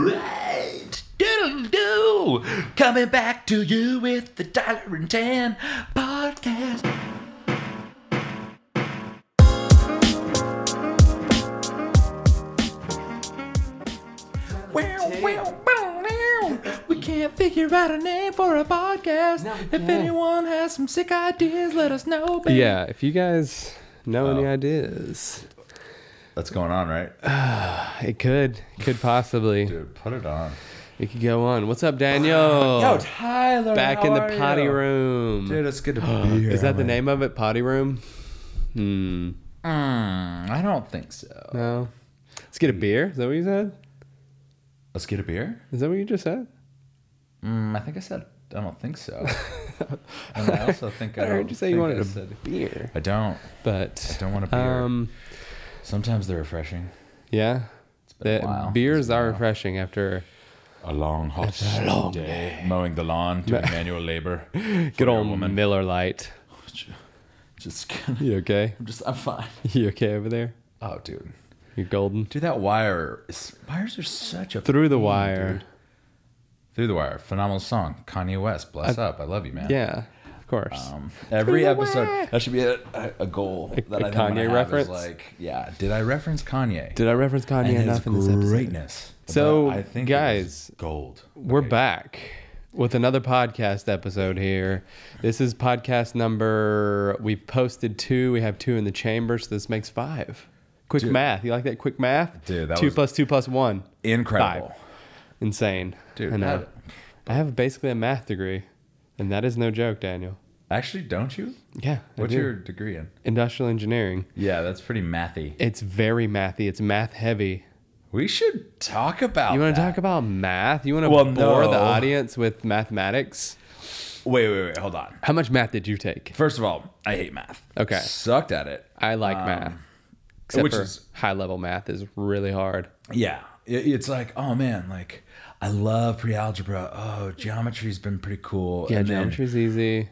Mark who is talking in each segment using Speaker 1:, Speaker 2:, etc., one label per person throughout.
Speaker 1: Alright. Doodle doo. Coming back to you with the Dollar and Ten podcast. Wow, wow, wow, wow. We can't figure out a name for a podcast. if anyone has some sick ideas, let us know. baby.
Speaker 2: Yeah, if you guys know any ideas,
Speaker 3: That's going on, right?
Speaker 2: it could, could possibly,
Speaker 3: Dude, put it on.
Speaker 2: it could go on. What's up, Daniel?
Speaker 3: Yo, Tyler.
Speaker 2: Back
Speaker 3: how
Speaker 2: in the
Speaker 3: are
Speaker 2: potty
Speaker 3: you?
Speaker 2: room.
Speaker 3: Dude, it's good to be here.
Speaker 2: Is that the
Speaker 3: I'm
Speaker 2: name of it? Potty room. Hmm.
Speaker 3: like, Mm, I don't think so.
Speaker 2: No. Let's get a beer. Is that what you said?
Speaker 3: Let's get a beer?
Speaker 2: Is that what you just said?
Speaker 3: Mm, I think I said, I don't think so. and I also think I,
Speaker 2: I heard
Speaker 3: don't
Speaker 2: you say
Speaker 3: think
Speaker 2: you wanted
Speaker 3: I
Speaker 2: a
Speaker 3: said-
Speaker 2: beer,
Speaker 3: I don't.
Speaker 2: but
Speaker 3: don't want a beer.
Speaker 2: Um.
Speaker 3: Sometimes they're refreshing.
Speaker 2: Yeah.
Speaker 3: been a
Speaker 2: The
Speaker 3: while. It's
Speaker 2: beers
Speaker 3: been a
Speaker 2: are
Speaker 3: while.
Speaker 2: refreshing after
Speaker 3: A long, hot day, mowing the lawn, doing manual labor.
Speaker 2: good
Speaker 3: your
Speaker 2: old
Speaker 3: woman.
Speaker 2: Miller Lite.
Speaker 3: Just, kidding.
Speaker 2: You okay?
Speaker 3: I'm just, I'm fine.
Speaker 2: You okay over there?
Speaker 3: Oh, dude.
Speaker 2: You're golden.
Speaker 3: Dude, that wire. Is, wires are such a
Speaker 2: Through the wire.
Speaker 3: Through the Wire, phenomenal song. Kanye West, bless up. I love you, man.
Speaker 2: Yeah, of course.
Speaker 3: Um, every
Speaker 2: the
Speaker 3: episode,
Speaker 2: wire.
Speaker 3: that should be a, a- a goal
Speaker 2: A-
Speaker 3: that I
Speaker 2: a
Speaker 3: think I'm gonna
Speaker 2: Kanye
Speaker 3: have
Speaker 2: reference?
Speaker 3: Is like, yeah, did I reference Kanye?
Speaker 2: Did I reference Kanye
Speaker 3: and
Speaker 2: enough in
Speaker 3: his
Speaker 2: this episode?
Speaker 3: greatness.
Speaker 2: So,
Speaker 3: But it was
Speaker 2: guys,
Speaker 3: gold.
Speaker 2: We're
Speaker 3: Okay.
Speaker 2: back with another podcast episode here. This is podcast number. We've posted two. We have two in the chamber, so this makes five. Quick
Speaker 3: Dude.
Speaker 2: math. You like that quick math?
Speaker 3: Dude, that
Speaker 2: two
Speaker 3: was-
Speaker 2: plus two plus one.
Speaker 3: Incredible.
Speaker 2: Five. Insane.
Speaker 3: Dude,
Speaker 2: I know.
Speaker 3: that-
Speaker 2: I have basically a math degree, and that is no joke, Daniel.
Speaker 3: Actually, don't you?
Speaker 2: Yeah. I
Speaker 3: What's
Speaker 2: do.
Speaker 3: your degree in?
Speaker 2: industrial engineering?
Speaker 3: Yeah, that's pretty mathy.
Speaker 2: It's very mathy. It's math heavy.
Speaker 3: We should talk about.
Speaker 2: You want to
Speaker 3: that.
Speaker 2: talk about math? You want to
Speaker 3: Well,
Speaker 2: bore
Speaker 3: no.
Speaker 2: the audience with mathematics?
Speaker 3: Wait, wait, wait. Hold on.
Speaker 2: How much math did you take?
Speaker 3: First of all, I hate math.
Speaker 2: Okay.
Speaker 3: Sucked at it.
Speaker 2: I like math. Except
Speaker 3: Um, which
Speaker 2: for
Speaker 3: is-
Speaker 2: high level math is really hard.
Speaker 3: Yeah. It- It's like, oh man, like I love pre algebra. Oh, geometry's been pretty cool.
Speaker 2: Yeah,
Speaker 3: and then,
Speaker 2: geometry's easy.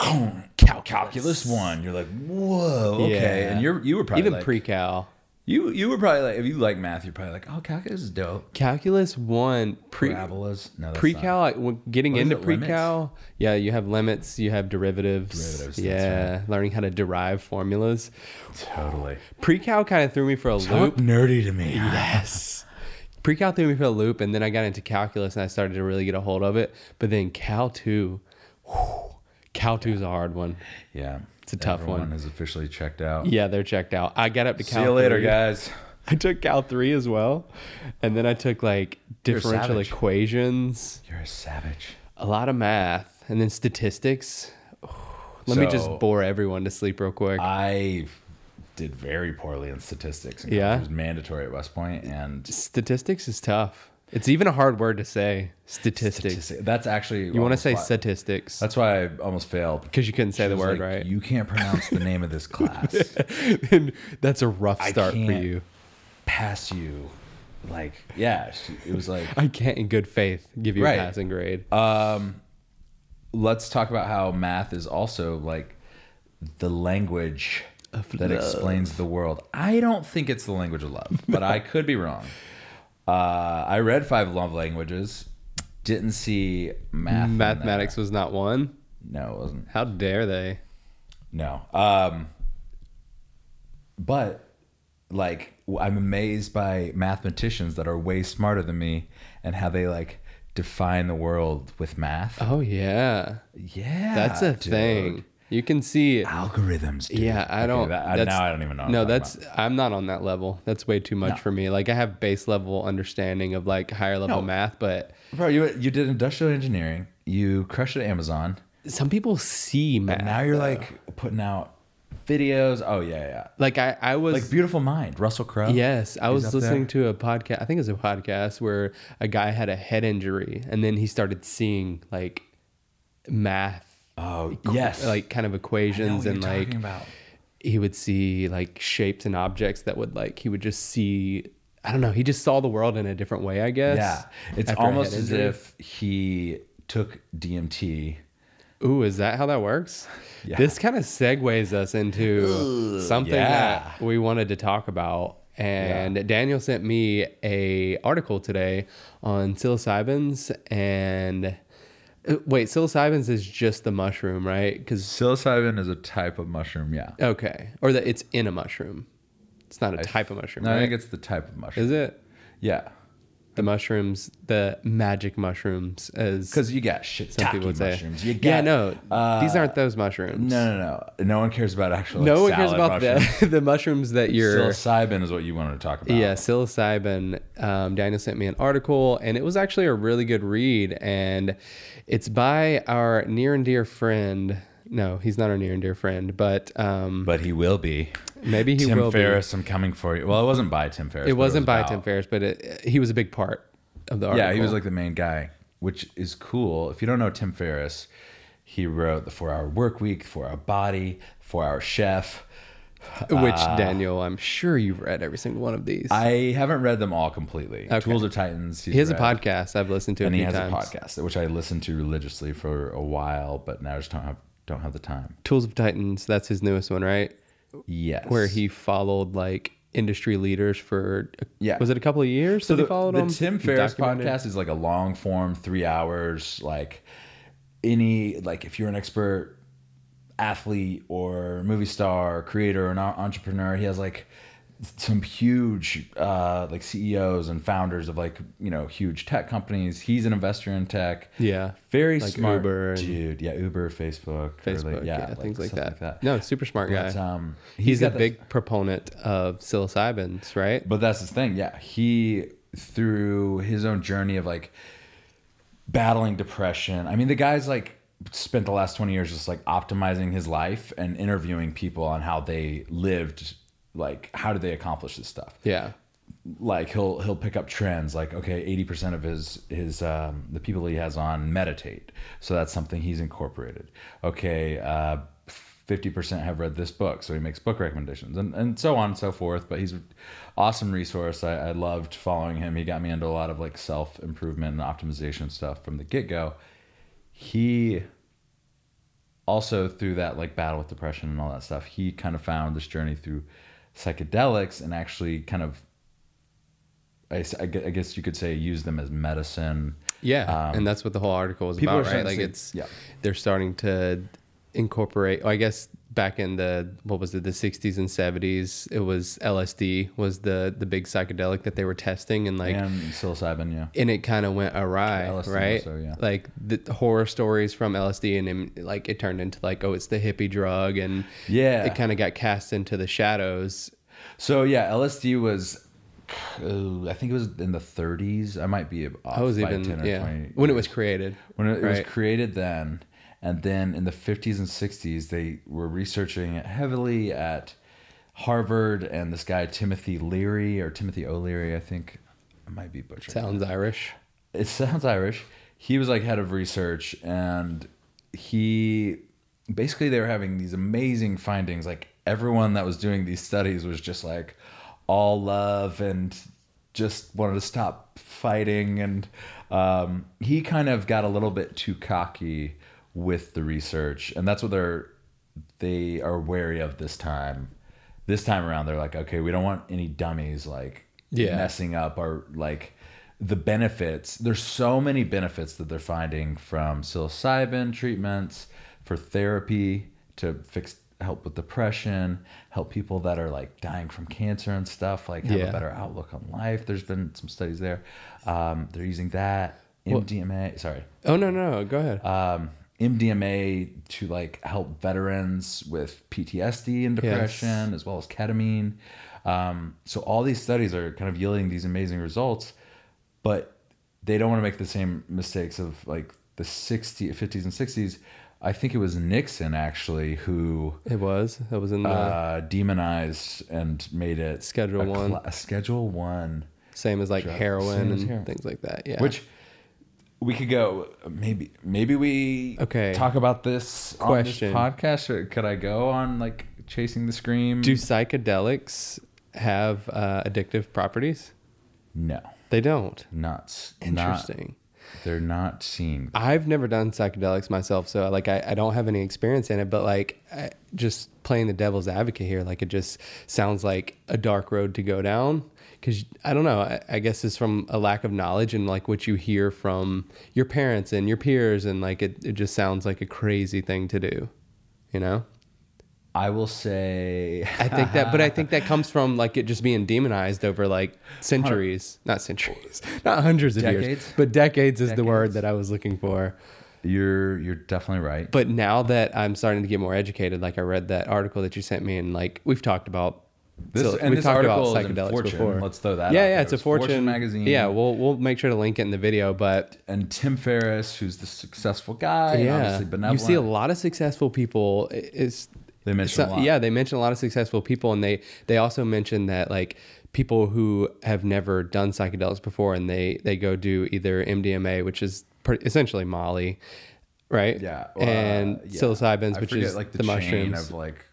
Speaker 3: calculus. one. You're like, whoa, okay.
Speaker 2: Yeah.
Speaker 3: And you're you were probably
Speaker 2: Even
Speaker 3: like,
Speaker 2: pre cal.
Speaker 3: you you were probably like if you like math, you're probably like, oh, calculus is dope.
Speaker 2: Calculus one pre
Speaker 3: Parabolas, no, that's
Speaker 2: pre
Speaker 3: not-
Speaker 2: cal like, when getting
Speaker 3: What is
Speaker 2: into
Speaker 3: it,
Speaker 2: pre
Speaker 3: limits?
Speaker 2: cal. Yeah, you have limits. You have derivatives.
Speaker 3: Derivatives, that's
Speaker 2: yeah, learning how to derive formulas.
Speaker 3: Totally.
Speaker 2: Pre cal kind of threw me for a
Speaker 3: Talk
Speaker 2: loop.
Speaker 3: nerdy to me.
Speaker 2: Yes. Pre cal threw me for a loop, and then I got into calculus and I started to really get a hold of it. But then cal two, whew, cal two is a hard one.
Speaker 3: Yeah.
Speaker 2: It's a tough
Speaker 3: Everyone
Speaker 2: one.
Speaker 3: is officially checked out.
Speaker 2: Yeah, they're checked out. I got up to
Speaker 3: See
Speaker 2: cal.
Speaker 3: you later,
Speaker 2: three.
Speaker 3: guys.
Speaker 2: I took Cal 3 as well. And then I took like
Speaker 3: a
Speaker 2: differential
Speaker 3: savage.
Speaker 2: equations,
Speaker 3: You're a savage.
Speaker 2: a lot of math, and then statistics. Let me just
Speaker 3: So-
Speaker 2: bore everyone to sleep real quick.
Speaker 3: I did very poorly in statistics. in college.
Speaker 2: Yeah?
Speaker 3: It was mandatory at West Point and
Speaker 2: statistics is tough. It's even a hard word to say. Statistics.
Speaker 3: statistics. That's actually
Speaker 2: You want to say
Speaker 3: almost why-
Speaker 2: statistics
Speaker 3: That's why I almost failed.
Speaker 2: because you couldn't say
Speaker 3: She
Speaker 2: the
Speaker 3: was
Speaker 2: word
Speaker 3: like,
Speaker 2: right.
Speaker 3: You can't pronounce the name of this class.
Speaker 2: and that's a rough
Speaker 3: I
Speaker 2: start for
Speaker 3: can't
Speaker 2: you.
Speaker 3: Pass you. Like, yeah, she, it was like,
Speaker 2: I can't, in good faith, give you
Speaker 3: Right.
Speaker 2: a passing grade.
Speaker 3: let's talk about how math is also like the language that explains the world. I don't think it's the language of love, but I could be wrong. Uh, I read five love languages. Didn't see math. in there.
Speaker 2: Mathematics was not one.
Speaker 3: No, it wasn't.
Speaker 2: How dare they?
Speaker 3: No. Um, but like w- I'm amazed by mathematicians that are way smarter than me and how they like define the world with math.
Speaker 2: Oh, yeah.
Speaker 3: yeah.
Speaker 2: That's a
Speaker 3: dude.
Speaker 2: thing. You can see it.
Speaker 3: Algorithms. Dude.
Speaker 2: Yeah, I
Speaker 3: Okay,
Speaker 2: don't.
Speaker 3: that- I-
Speaker 2: that's-
Speaker 3: now I don't even know. what
Speaker 2: No,
Speaker 3: I'm talking
Speaker 2: that's I'm not on that level. That's way too much for me. Like I have base level understanding of like higher
Speaker 3: No.
Speaker 2: level math, but
Speaker 3: about. bro. You you did industrial engineering. You crushed it at Amazon.
Speaker 2: some people see math.
Speaker 3: And now you're like putting out videos. Oh yeah, yeah.
Speaker 2: like I I was
Speaker 3: Like beautiful mind, Russell Crowe.
Speaker 2: Yes, I
Speaker 3: He's
Speaker 2: was
Speaker 3: up there.
Speaker 2: listening to a podcast. I think it was a podcast where a guy had a head injury, and then he started seeing like math.
Speaker 3: Oh,
Speaker 2: equ-
Speaker 3: yes.
Speaker 2: like kind of
Speaker 3: I know
Speaker 2: equations
Speaker 3: what
Speaker 2: and
Speaker 3: you're
Speaker 2: like
Speaker 3: talking about.
Speaker 2: he would see like shapes and objects that would like he would just see. I don't know. He just saw the world in a different way. I guess.
Speaker 3: Yeah. It's
Speaker 2: after a head
Speaker 3: almost as
Speaker 2: injury.
Speaker 3: if he took DMT.
Speaker 2: Ooh, is that how that works?
Speaker 3: Yeah.
Speaker 2: This kind of segues us into something
Speaker 3: yeah.
Speaker 2: that we wanted to talk about. And Daniel sent me a article today on psilocybins and uh, wait, psilocybins is just the mushroom, right? Because
Speaker 3: Psilocybin is a type of mushroom. Yeah.
Speaker 2: okay, or that it's in a mushroom. It's not a type of mushroom.
Speaker 3: No, I
Speaker 2: right?
Speaker 3: think it's the type of mushroom.
Speaker 2: is it
Speaker 3: Yeah.
Speaker 2: the mushrooms, the magic mushrooms, as
Speaker 3: Because you got shit.
Speaker 2: some people would say.
Speaker 3: mushrooms. You
Speaker 2: yeah,
Speaker 3: got-
Speaker 2: no,
Speaker 3: uh,
Speaker 2: these aren't those mushrooms.
Speaker 3: No, no, no. No one cares about actual.
Speaker 2: no one
Speaker 3: like,
Speaker 2: cares
Speaker 3: salad
Speaker 2: about
Speaker 3: mushrooms.
Speaker 2: the, the mushrooms that you're.
Speaker 3: Psilocybin is what you wanted to talk about.
Speaker 2: Yeah, psilocybin. Um, Daniel sent me an article, and it was actually a really good read. And it's by our near and dear friend. No, he's not our near and dear friend, but um,
Speaker 3: But he will be.
Speaker 2: maybe he
Speaker 3: Tim
Speaker 2: will be.
Speaker 3: Ferriss, I'm coming for you. Well, it wasn't by Tim Ferriss. but
Speaker 2: It wasn't by
Speaker 3: about-
Speaker 2: Tim Ferriss, but it, he was a big part of the article.
Speaker 3: Yeah, he was like the main guy, which is cool. If you don't know Tim Ferriss, he wrote the Four Hour Work Week, Four Hour Body, Four Hour Chef.
Speaker 2: which Daniel, I'm sure you've read every single one of these.
Speaker 3: "Ah." I haven't read them all completely. Tools of Titans.
Speaker 2: he has a podcast I've listened to
Speaker 3: and
Speaker 2: a
Speaker 3: he
Speaker 2: few
Speaker 3: has
Speaker 2: times.
Speaker 3: a podcast which I listened to religiously for a while, but now I just don't have don't have the time.
Speaker 2: Tools of Titans, that's his newest one, right?
Speaker 3: Yes,
Speaker 2: Where he followed like industry leaders for
Speaker 3: Yeah.
Speaker 2: was it a couple of years?
Speaker 3: So
Speaker 2: that
Speaker 3: the,
Speaker 2: he followed
Speaker 3: the
Speaker 2: them?
Speaker 3: Tim
Speaker 2: He
Speaker 3: Ferriss
Speaker 2: documented-
Speaker 3: podcast is like a long form, three hours. Like any, like if you're an expert athlete or movie star, creator, and entrepreneur, he has like some huge uh, like CEOs and founders of like you know huge tech companies. He's an investor in tech.
Speaker 2: Yeah.
Speaker 3: very
Speaker 2: Like
Speaker 3: smart
Speaker 2: Uber and-
Speaker 3: dude. Yeah, Uber, Facebook, or, like,
Speaker 2: Facebook, yeah, things like
Speaker 3: stuff
Speaker 2: that. No, super smart guy.
Speaker 3: But, um,
Speaker 2: he's, a
Speaker 3: got the-
Speaker 2: big proponent of psilocybins, right?
Speaker 3: but that's his thing. Yeah. He, through his own journey of like battling depression, I mean, the guy's like spent the last 20 years just like optimizing his life and interviewing people on how they lived, like, how did they accomplish this stuff?
Speaker 2: Yeah.
Speaker 3: like he'll he'll pick up trends like okay 80% of his his um, the people he has on meditate so that's something he's incorporated okay uh, 50% have read this book so he makes book recommendations and, and so on and so forth but he's an awesome resource I, I loved following him he got me into a lot of like self-improvement and optimization stuff from the get-go he also through that like battle with depression and all that stuff he kind of found this journey through psychedelics and actually kind of I, s- I gue- I guess you could say use them as medicine.
Speaker 2: Yeah, and that's what the whole article is
Speaker 3: Um, people are
Speaker 2: about, right?
Speaker 3: starting to
Speaker 2: Like
Speaker 3: see-
Speaker 2: it's
Speaker 3: yeah.
Speaker 2: they're starting to incorporate. I guess back in the what was it, the '60s and '70s, it was LSD was the the big psychedelic that they were testing, and like
Speaker 3: and psilocybin, yeah.
Speaker 2: and it kind of went awry,
Speaker 3: LSD more
Speaker 2: right?
Speaker 3: so, yeah.
Speaker 2: Like the horror stories from LSD, and then, like it turned into like, oh, it's the hippie drug, and
Speaker 3: Yeah.
Speaker 2: it kind of got cast into the shadows.
Speaker 3: So yeah, LSD was, uh, I think it was in the 30s. I might be off
Speaker 2: I was
Speaker 3: by
Speaker 2: even
Speaker 3: 10 or
Speaker 2: yeah
Speaker 3: 20.
Speaker 2: when it was created.
Speaker 3: when it, it
Speaker 2: right.
Speaker 3: was created then, and then in the 50s and 60s they were researching it heavily at Harvard and this guy Timothy Leary or Timothy O'Leary, I think. I might be butchering.
Speaker 2: Sounds Irish.
Speaker 3: it sounds Irish. He was like head of research, and he basically they were having these amazing findings. Like everyone that was doing these studies was just like all love and just wanted to stop fighting. And um, he kind of got a little bit too cocky with the research, and that's what they're they are wary of this time. This time around, they're like, okay, we don't want any dummies like
Speaker 2: Yeah.
Speaker 3: messing up or like the benefits. There's so many benefits that they're finding from psilocybin treatments for therapy to fix help with depression, help people that are like dying from cancer and stuff, like have
Speaker 2: Yeah.
Speaker 3: a better outlook on life. There's been some studies there. Um, they're using that MDMA. sorry,
Speaker 2: Oh no no, go ahead.
Speaker 3: um, MDMA to like help veterans with PTSD and depression, as well as ketamine. Um, so all these studies are kind of yielding these amazing results, but they don't want to make the same mistakes of like the 60, 50s and 60s. I think it was Nixon actually who
Speaker 2: it was. That was in the
Speaker 3: uh, demonized and made it
Speaker 2: Schedule
Speaker 3: a
Speaker 2: One.
Speaker 3: cla- a Schedule One.
Speaker 2: Same as like heroin
Speaker 3: Same as
Speaker 2: and
Speaker 3: heroin.
Speaker 2: things like that. Yeah.
Speaker 3: Which we could go maybe maybe we
Speaker 2: Okay.
Speaker 3: talk about this
Speaker 2: Question.
Speaker 3: on this podcast or could I go on like chasing the scream?
Speaker 2: do psychedelics have uh, addictive properties?
Speaker 3: no,
Speaker 2: They don't.
Speaker 3: not not-
Speaker 2: Interesting.
Speaker 3: They're not seen.
Speaker 2: I've never done psychedelics myself, so like I, I don't have any experience in it. But like, I, just playing the devil's advocate here, like it just sounds like a dark road to go down. Because I don't know, I, I guess it's from a lack of knowledge and like what you hear from your parents and your peers, and like it, it just sounds like a crazy thing to do, you know.
Speaker 3: I will say
Speaker 2: I think that, but I think that comes from like it just being demonized over like centuries, not centuries, not hundreds of years,
Speaker 3: Decades?
Speaker 2: but decades is the word
Speaker 3: Decades.
Speaker 2: that I was looking for.
Speaker 3: you're you're definitely right.
Speaker 2: But now that I'm starting to get more educated, like I read that article that you sent me, and like we've talked about
Speaker 3: This-
Speaker 2: so
Speaker 3: and
Speaker 2: we've
Speaker 3: this
Speaker 2: talked
Speaker 3: article
Speaker 2: about
Speaker 3: is in
Speaker 2: psychedelics
Speaker 3: Fortune.
Speaker 2: before.
Speaker 3: Let's throw that
Speaker 2: Yeah,
Speaker 3: out
Speaker 2: yeah,
Speaker 3: there.
Speaker 2: it's a
Speaker 3: It's Fortune
Speaker 2: fortune.
Speaker 3: magazine.
Speaker 2: Yeah, we'll we'll make sure to link it in the video, but
Speaker 3: And Tim Ferriss, who's the successful guy, and
Speaker 2: yeah,
Speaker 3: obviously
Speaker 2: you
Speaker 3: benevolent.
Speaker 2: see a lot of successful people. i- It's
Speaker 3: They mention
Speaker 2: so-
Speaker 3: a lot.
Speaker 2: yeah, they mention a lot of successful people, and they they also mention that like people who have never done psychedelics before, and they they go do either MDMA, which is per- essentially Molly, right?
Speaker 3: yeah, uh,
Speaker 2: and
Speaker 3: yeah.
Speaker 2: psilocybins,
Speaker 3: I
Speaker 2: which
Speaker 3: forget,
Speaker 2: is
Speaker 3: like the,
Speaker 2: the
Speaker 3: chain
Speaker 2: mushrooms.
Speaker 3: of like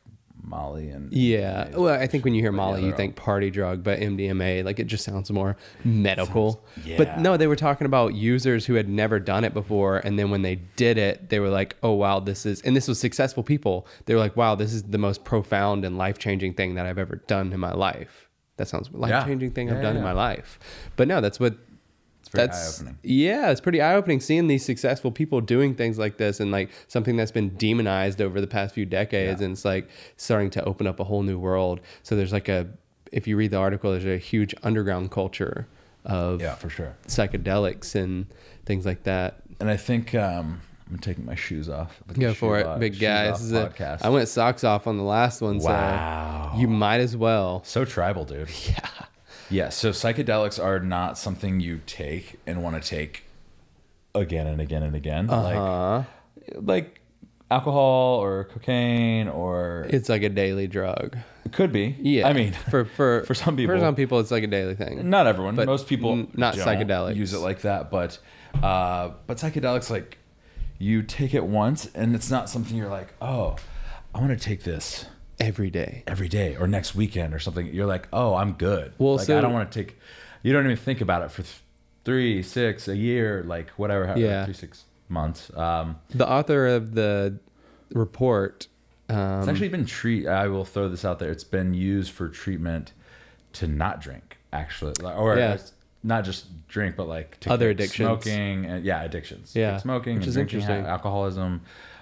Speaker 3: Molly and
Speaker 2: Yeah. Well, I think when you hear
Speaker 3: yeah,
Speaker 2: Molly, you
Speaker 3: they're
Speaker 2: think party drug, but MDMA, like it just sounds more medical.
Speaker 3: Sounds-
Speaker 2: But
Speaker 3: yeah.
Speaker 2: no, they were talking about users who had never done it before. And then when they did it, they were like, oh, wow, this is, and this was successful people. They were like, wow, this is the most profound and life changing thing that I've ever done in my life. That sounds life changing thing
Speaker 3: Yeah,
Speaker 2: I've done in
Speaker 3: yeah.
Speaker 2: my life. But no, that's what
Speaker 3: It's very
Speaker 2: that's
Speaker 3: eye-opening.
Speaker 2: yeah, it's pretty eye opening seeing these successful people doing things like this and like something that's been demonized over the past few decades,
Speaker 3: Yeah.
Speaker 2: and it's like starting to open up a whole new world. So there's like a if you read the article, there's a huge underground culture of
Speaker 3: Yeah, for sure.
Speaker 2: psychedelics and things like that.
Speaker 3: And I think um, I'm taking my shoes off. Look at
Speaker 2: Go
Speaker 3: shoe
Speaker 2: for it,
Speaker 3: off-
Speaker 2: big
Speaker 3: shoes
Speaker 2: guy.
Speaker 3: off
Speaker 2: This is a-
Speaker 3: podcast.
Speaker 2: I went socks off on the last one,
Speaker 3: Wow.
Speaker 2: so you might as well.
Speaker 3: So tribal, dude. Yeah. Yeah. So psychedelics are not something you take and want to take again and again and again.
Speaker 2: Uh-huh.
Speaker 3: Like, like alcohol or cocaine or
Speaker 2: It's like a daily drug.
Speaker 3: it could be.
Speaker 2: Yeah,
Speaker 3: I mean,
Speaker 2: for for
Speaker 3: for some people.
Speaker 2: for some people, it's like a daily thing.
Speaker 3: not everyone.
Speaker 2: But
Speaker 3: Most people
Speaker 2: n- not
Speaker 3: don't
Speaker 2: psychedelics.
Speaker 3: use it like that, but uh, but psychedelics like you take it once and it's not something you're like, oh, I want to take this
Speaker 2: every day.
Speaker 3: every day or next weekend or something, you're like, oh, I'm good.
Speaker 2: Well,
Speaker 3: like,
Speaker 2: so-
Speaker 3: I don't want to take. You don't even think about it for th- three, six, a year, like whatever. However,
Speaker 2: Yeah.
Speaker 3: three, six months. Um,
Speaker 2: the author of the report um,
Speaker 3: it's actually been treat. I will throw this out there. It's been used for treatment to not drink, actually, like, or
Speaker 2: Yeah.
Speaker 3: it's not just drink, but like to
Speaker 2: Other
Speaker 3: kick
Speaker 2: addictions.
Speaker 3: smoking, and, yeah, addictions,
Speaker 2: Yeah,
Speaker 3: Kick smoking,
Speaker 2: which
Speaker 3: and
Speaker 2: is
Speaker 3: drinking,
Speaker 2: interesting.
Speaker 3: alcoholism.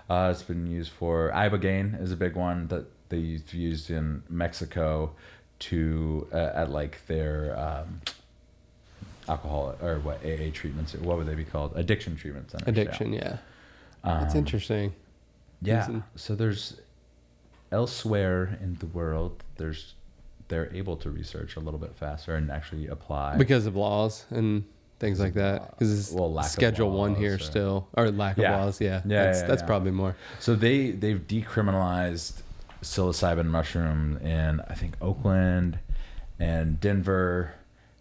Speaker 3: Uh, it's been used for ibogaine is a big one that they've used in Mexico to uh, at like their um, alcohol or what AA treatments. What would they be called? Addiction treatment centers. yeah.
Speaker 2: addiction yeah
Speaker 3: Um,
Speaker 2: it's interesting
Speaker 3: Yeah.
Speaker 2: Isn't-
Speaker 3: So there's elsewhere in the world, there's they're able to research a little bit faster and actually apply.
Speaker 2: because of laws and things like that because it's
Speaker 3: Well, lack of
Speaker 2: schedule one
Speaker 3: laws
Speaker 2: here
Speaker 3: or-
Speaker 2: still or lack of
Speaker 3: Yeah.
Speaker 2: laws yeah
Speaker 3: Yeah,
Speaker 2: that's,
Speaker 3: yeah,
Speaker 2: that's
Speaker 3: yeah.
Speaker 2: probably more
Speaker 3: so they they've decriminalized psilocybin mushroom in I think Oakland and Denver,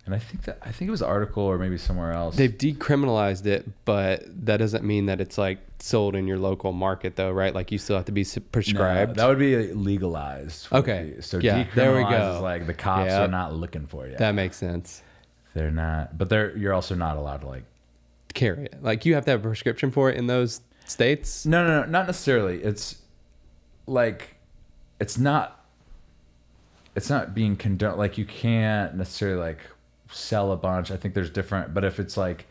Speaker 3: and I think that I think it was an article or maybe somewhere else.
Speaker 2: they've decriminalized it but that doesn't mean that it's like sold in your local market though right like you still have to be s-
Speaker 3: No,
Speaker 2: prescribed
Speaker 3: that would be legalized. would
Speaker 2: Okay.
Speaker 3: be- So
Speaker 2: Yeah,
Speaker 3: decriminalized
Speaker 2: there we
Speaker 3: is
Speaker 2: go.
Speaker 3: like the cops
Speaker 2: Yep.
Speaker 3: are not looking for you.
Speaker 2: that makes sense
Speaker 3: they're not, but they're you're also not allowed to like
Speaker 2: carry it like you have to have a prescription for it in those states
Speaker 3: No, no, no, not necessarily. It's like it's not it's not being condoned like you can't necessarily like sell a bunch. I think there's different, but if it's like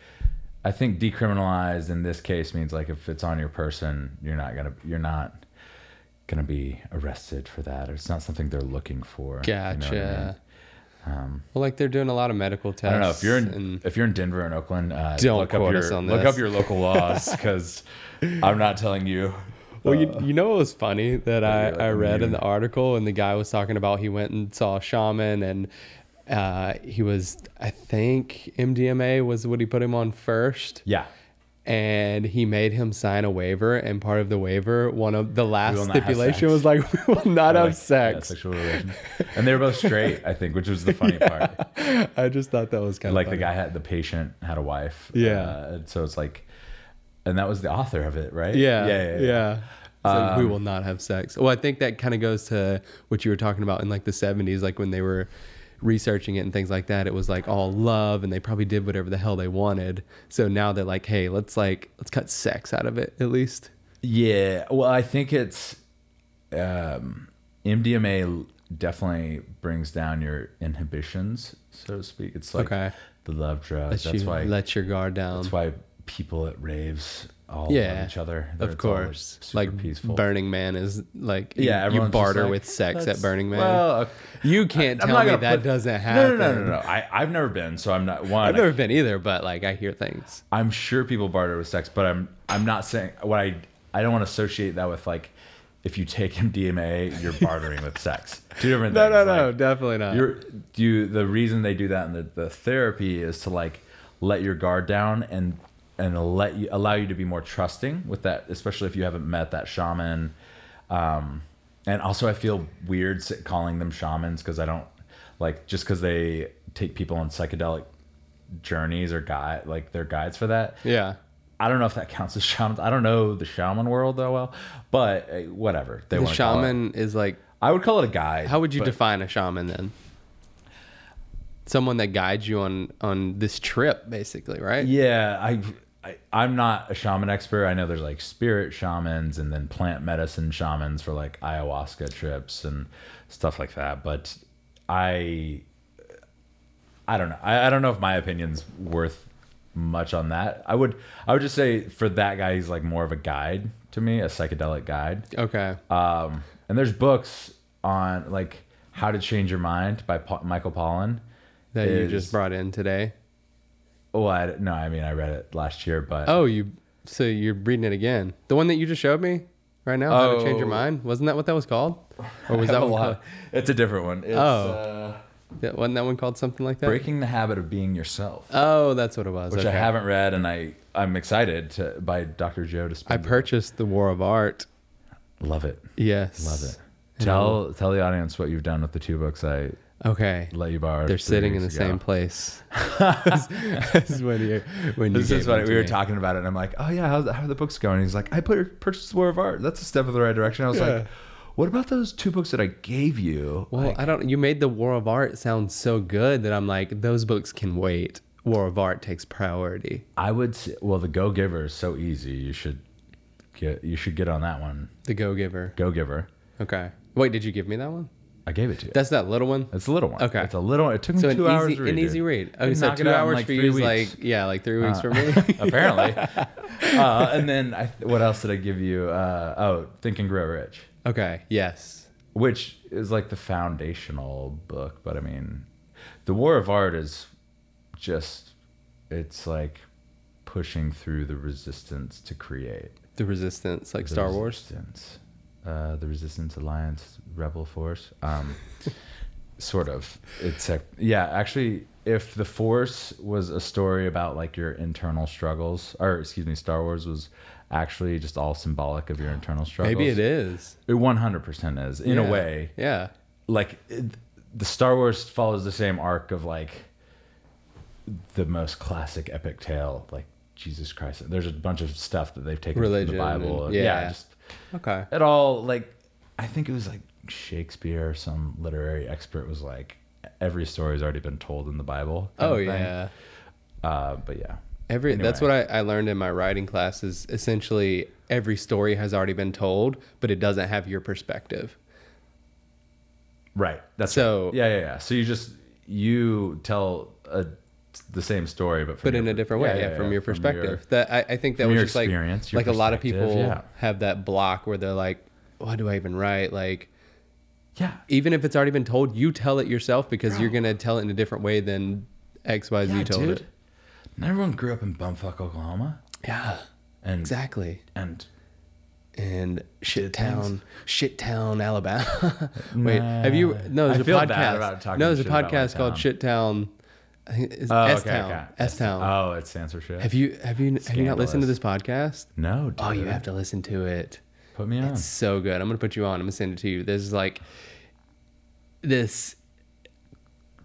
Speaker 3: I think decriminalized in this case means like if it's on your person, you're not going to you're not going to be arrested for that. Or it's not something they're looking for. you know what I
Speaker 2: gotcha
Speaker 3: mean? Um,
Speaker 2: well like they're doing a lot of medical tests
Speaker 3: I don't know if you're in
Speaker 2: and-
Speaker 3: if you're in Denver and Oakland, uh,
Speaker 2: Don't
Speaker 3: look up
Speaker 2: quote
Speaker 3: your
Speaker 2: us on
Speaker 3: look
Speaker 2: this.
Speaker 3: up your local laws because I'm not telling you.
Speaker 2: Well, you,
Speaker 3: Uh,
Speaker 2: you know what was funny that I,
Speaker 3: you're like
Speaker 2: I read in
Speaker 3: immune.
Speaker 2: the article, and the guy was talking about he went and saw a shaman, and uh, he was, I think MDMA was what he put him on first.
Speaker 3: Yeah,
Speaker 2: And he made him sign a waiver, and part of the waiver, one of the last
Speaker 3: will not have
Speaker 2: stipulation
Speaker 3: sex.
Speaker 2: was like, we will not have
Speaker 3: like, yeah,
Speaker 2: sex.
Speaker 3: sexual relations. And they were both straight, I think, which was the funny part.
Speaker 2: I just thought that was kind
Speaker 3: Like
Speaker 2: of
Speaker 3: the guy had the patient had a wife.
Speaker 2: Yeah.
Speaker 3: uh, and so it's like, and that was the author of it, right?
Speaker 2: Yeah,
Speaker 3: yeah, Um, yeah. yeah.
Speaker 2: It's like, we will not have sex. Well, I think that kind of goes to what you were talking about in like the seventies, like when they were researching it and things like that, it was like all love and they probably did whatever the hell they wanted. So now they're like, hey, let's like let's cut sex out of it at least.
Speaker 3: Yeah. Well, I think it's um, MDMA definitely brings down your inhibitions, so to speak. It's like
Speaker 2: Okay.
Speaker 3: the love drug.
Speaker 2: Let
Speaker 3: that's
Speaker 2: you
Speaker 3: why.
Speaker 2: let your guard down.
Speaker 3: that's why people at raves all
Speaker 2: Yeah,
Speaker 3: love each other. They're-
Speaker 2: Of
Speaker 3: it's all, like,
Speaker 2: course,
Speaker 3: super
Speaker 2: like
Speaker 3: peaceful.
Speaker 2: Burning Man is like you-
Speaker 3: Yeah,
Speaker 2: you
Speaker 3: everyone's just
Speaker 2: barter
Speaker 3: like,
Speaker 2: with sex at
Speaker 3: "That's-
Speaker 2: Burning Man.
Speaker 3: well, okay.
Speaker 2: you can't
Speaker 3: I'm
Speaker 2: tell
Speaker 3: not
Speaker 2: me
Speaker 3: gonna
Speaker 2: that
Speaker 3: put-
Speaker 2: doesn't
Speaker 3: No,
Speaker 2: happen.
Speaker 3: no, no, no, no. I, I've never been, so I'm not one.
Speaker 2: I've never been either, but like I hear things.
Speaker 3: I'm sure people barter with sex, but I'm I'm not saying what I I don't want to associate that with like if you take MDMA, you're bartering with sex. Two different things. like,
Speaker 2: definitely not.
Speaker 3: You're you the reason they do that in the, the therapy is to like let your guard down and and let you allow you to be more trusting with that, especially if you haven't met that shaman. Um, and also, I feel weird s- calling them shamans because I don't like just because they take people on psychedelic journeys or guide like their guides for that.
Speaker 2: yeah,
Speaker 3: I don't know if that counts as shamans. I don't know the shaman world that well, but uh, whatever they
Speaker 2: the
Speaker 3: want.
Speaker 2: shaman is like.
Speaker 3: I would call it a guide.
Speaker 2: How would you
Speaker 3: but-
Speaker 2: define a shaman then? Someone that guides you on on this trip, basically, right?
Speaker 3: Yeah, I, I I'm not a shaman expert. I know there's like spirit shamans and then plant medicine shamans for like ayahuasca trips and stuff like that. But I I don't know. I, I don't know if my opinion's worth much on that. I would I would just say for that guy, he's like more of a guide to me, a psychedelic guide.
Speaker 2: Okay.
Speaker 3: Um, and there's books on like how to change your mind by pa- Michael Pollan.
Speaker 2: that you
Speaker 3: is-
Speaker 2: just brought in today.
Speaker 3: Oh, I, no, I mean I read it last year, but
Speaker 2: Oh, you. So you're reading it again. The one that you just showed me right now. How to change your
Speaker 3: Oh.
Speaker 2: mind? Wasn't that what that was called? Or was
Speaker 3: I
Speaker 2: that
Speaker 3: have
Speaker 2: one
Speaker 3: a
Speaker 2: called-
Speaker 3: lot. It's a different one. It's,
Speaker 2: Oh.
Speaker 3: oh.
Speaker 2: Yeah, wasn't that one called something like that?
Speaker 3: Breaking the Habit of Being Yourself,
Speaker 2: Oh, that's what it was.
Speaker 3: which I
Speaker 2: okay.
Speaker 3: haven't read, and I I'm excited to by Dr. Joe Dispenza.
Speaker 2: I purchased the War of Art.
Speaker 3: love it,
Speaker 2: Yes,
Speaker 3: love it. Tell tell the audience what you've done with the two books I
Speaker 2: Okay,
Speaker 3: let you borrow. three
Speaker 2: they're sitting in the
Speaker 3: weeks ago.
Speaker 2: same place. this is when you, when you
Speaker 3: This is
Speaker 2: gave
Speaker 3: what
Speaker 2: them
Speaker 3: we
Speaker 2: to
Speaker 3: were
Speaker 2: me.
Speaker 3: talking about, it, and I'm like, oh yeah, how's, how are the books going? he's like, I put purchased War of Art. That's a step in the right direction. I was
Speaker 2: Yeah.
Speaker 3: like, what about those two books that I gave you?
Speaker 2: Well, I don't. You made the War of Art sound so good that I'm like, those books can wait. War of Art takes priority.
Speaker 3: I would. Say, well, the Go Giver is so easy. You should get you should get on that one.
Speaker 2: The Go Giver.
Speaker 3: Go Giver.
Speaker 2: Okay. Wait, did you give me that one?
Speaker 3: I gave it to you.
Speaker 2: That's that little one.
Speaker 3: It's a little one.
Speaker 2: Okay.
Speaker 3: It's a little. It took me
Speaker 2: so an
Speaker 3: two hours
Speaker 2: easy,
Speaker 3: to read.
Speaker 2: an
Speaker 3: dude.
Speaker 2: easy read. Oh,
Speaker 3: Could
Speaker 2: so
Speaker 3: knock it
Speaker 2: two
Speaker 3: out in,
Speaker 2: hours
Speaker 3: like,
Speaker 2: for
Speaker 3: three
Speaker 2: you is
Speaker 3: weeks.
Speaker 2: like yeah, like three weeks for me.
Speaker 3: apparently. uh, and then I, what else did I give you? Uh, oh, Think and Grow Rich,
Speaker 2: okay. Yes.
Speaker 3: which is like the foundational book. But I mean, The War of Art is just. It's like pushing through the resistance to create.
Speaker 2: The Resistance, like
Speaker 3: The
Speaker 2: Star Wars.
Speaker 3: Resistance. Uh, the Resistance Alliance Rebel Force. Um, sort of. It's a, yeah, actually, if the Force was a story about like your internal struggles, or excuse me, Star Wars was actually just all symbolic of your internal struggles.
Speaker 2: Maybe it is.
Speaker 3: It 100% is, in
Speaker 2: Yeah.
Speaker 3: a way.
Speaker 2: Yeah.
Speaker 3: Like, it, the Star Wars follows the same arc of like the most classic epic tale, like Jesus Christ. There's a bunch of stuff that they've taken
Speaker 2: Religion
Speaker 3: from the Bible.
Speaker 2: and- yeah.
Speaker 3: yeah, just
Speaker 2: Okay.
Speaker 3: at all like i think it was like shakespeare or some literary expert was like every story's already been told in the bible kind
Speaker 2: Oh
Speaker 3: of thing.
Speaker 2: yeah.
Speaker 3: uh but yeah
Speaker 2: Every that's what
Speaker 3: Anyway.
Speaker 2: I, I learned in my writing class is essentially every story has already been told, but it doesn't have your perspective.
Speaker 3: right that's
Speaker 2: So-
Speaker 3: right. yeah yeah yeah so you just you tell a, the same story but from
Speaker 2: But in
Speaker 3: your-
Speaker 2: a different way, yeah, from your perspective. that I, I think that
Speaker 3: from
Speaker 2: was
Speaker 3: your
Speaker 2: just like
Speaker 3: experience, your
Speaker 2: like a lot of
Speaker 3: perspective,
Speaker 2: people
Speaker 3: yeah.
Speaker 2: have that block where they're like, What do I even write? Like
Speaker 3: yeah
Speaker 2: even if it's already been told, you tell it yourself because you're gonna tell it in a different way than XYZ
Speaker 3: yeah
Speaker 2: told
Speaker 3: dude
Speaker 2: it.
Speaker 3: and everyone grew up in bumfuck oklahoma
Speaker 2: Yeah.
Speaker 3: and
Speaker 2: Exactly.
Speaker 3: and
Speaker 2: and
Speaker 3: things.
Speaker 2: shit town, shit town, Alabama. Wait, have you? No, there's
Speaker 3: I
Speaker 2: a
Speaker 3: feel
Speaker 2: podcast.
Speaker 3: bad about talking
Speaker 2: no, there's a
Speaker 3: shit about my
Speaker 2: podcast called
Speaker 3: town.
Speaker 2: Shit Town. I think it's
Speaker 3: oh,
Speaker 2: S
Speaker 3: okay,
Speaker 2: Town.
Speaker 3: okay.
Speaker 2: S Town.
Speaker 3: oh it's censorship
Speaker 2: have you have you have you not listened to this podcast?
Speaker 3: no dude.
Speaker 2: Oh, you have to listen to it.
Speaker 3: put me on
Speaker 2: It's so good. I'm gonna put you on. I'm gonna send it to you. There's like this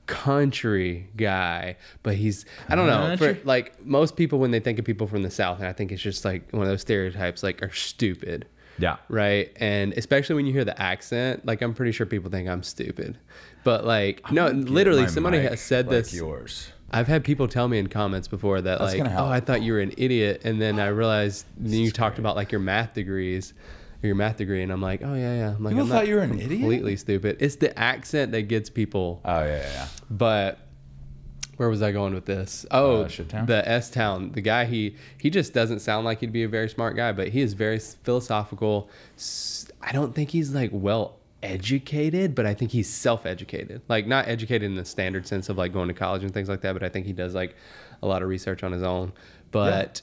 Speaker 2: country guy, but he's I don't know. For
Speaker 3: Country?
Speaker 2: like most people, when they think of people from the South, and I think it's just like one of those stereotypes, like are stupid
Speaker 3: yeah
Speaker 2: right? And especially when you hear the accent, like I'm pretty sure people think I'm stupid But like, no, literally,
Speaker 3: My
Speaker 2: somebody
Speaker 3: mic
Speaker 2: has said
Speaker 3: like
Speaker 2: this.
Speaker 3: Yours.
Speaker 2: I've had people tell me in comments before that
Speaker 3: That's
Speaker 2: like,
Speaker 3: gonna
Speaker 2: oh, I
Speaker 3: help.
Speaker 2: thought you were an idiot, and then I realized then you talked about like your math degrees, or your math degree, and I'm like, oh yeah, yeah. I'm like,
Speaker 3: People
Speaker 2: I'm
Speaker 3: thought you were an idiot?
Speaker 2: Completely stupid. It's the accent that gets people.
Speaker 3: Oh yeah, yeah, yeah.
Speaker 2: But where was I going with this? Oh,
Speaker 3: Uh, Shittown?
Speaker 2: the S Town. The guy he he just doesn't sound like he'd be a very smart guy, but he is very s- philosophical. S- I don't think he's like well educated, but I think he's self-educated. Like not educated in the standard sense of like going to college and things like that, but I think he does like a lot of research on his own. But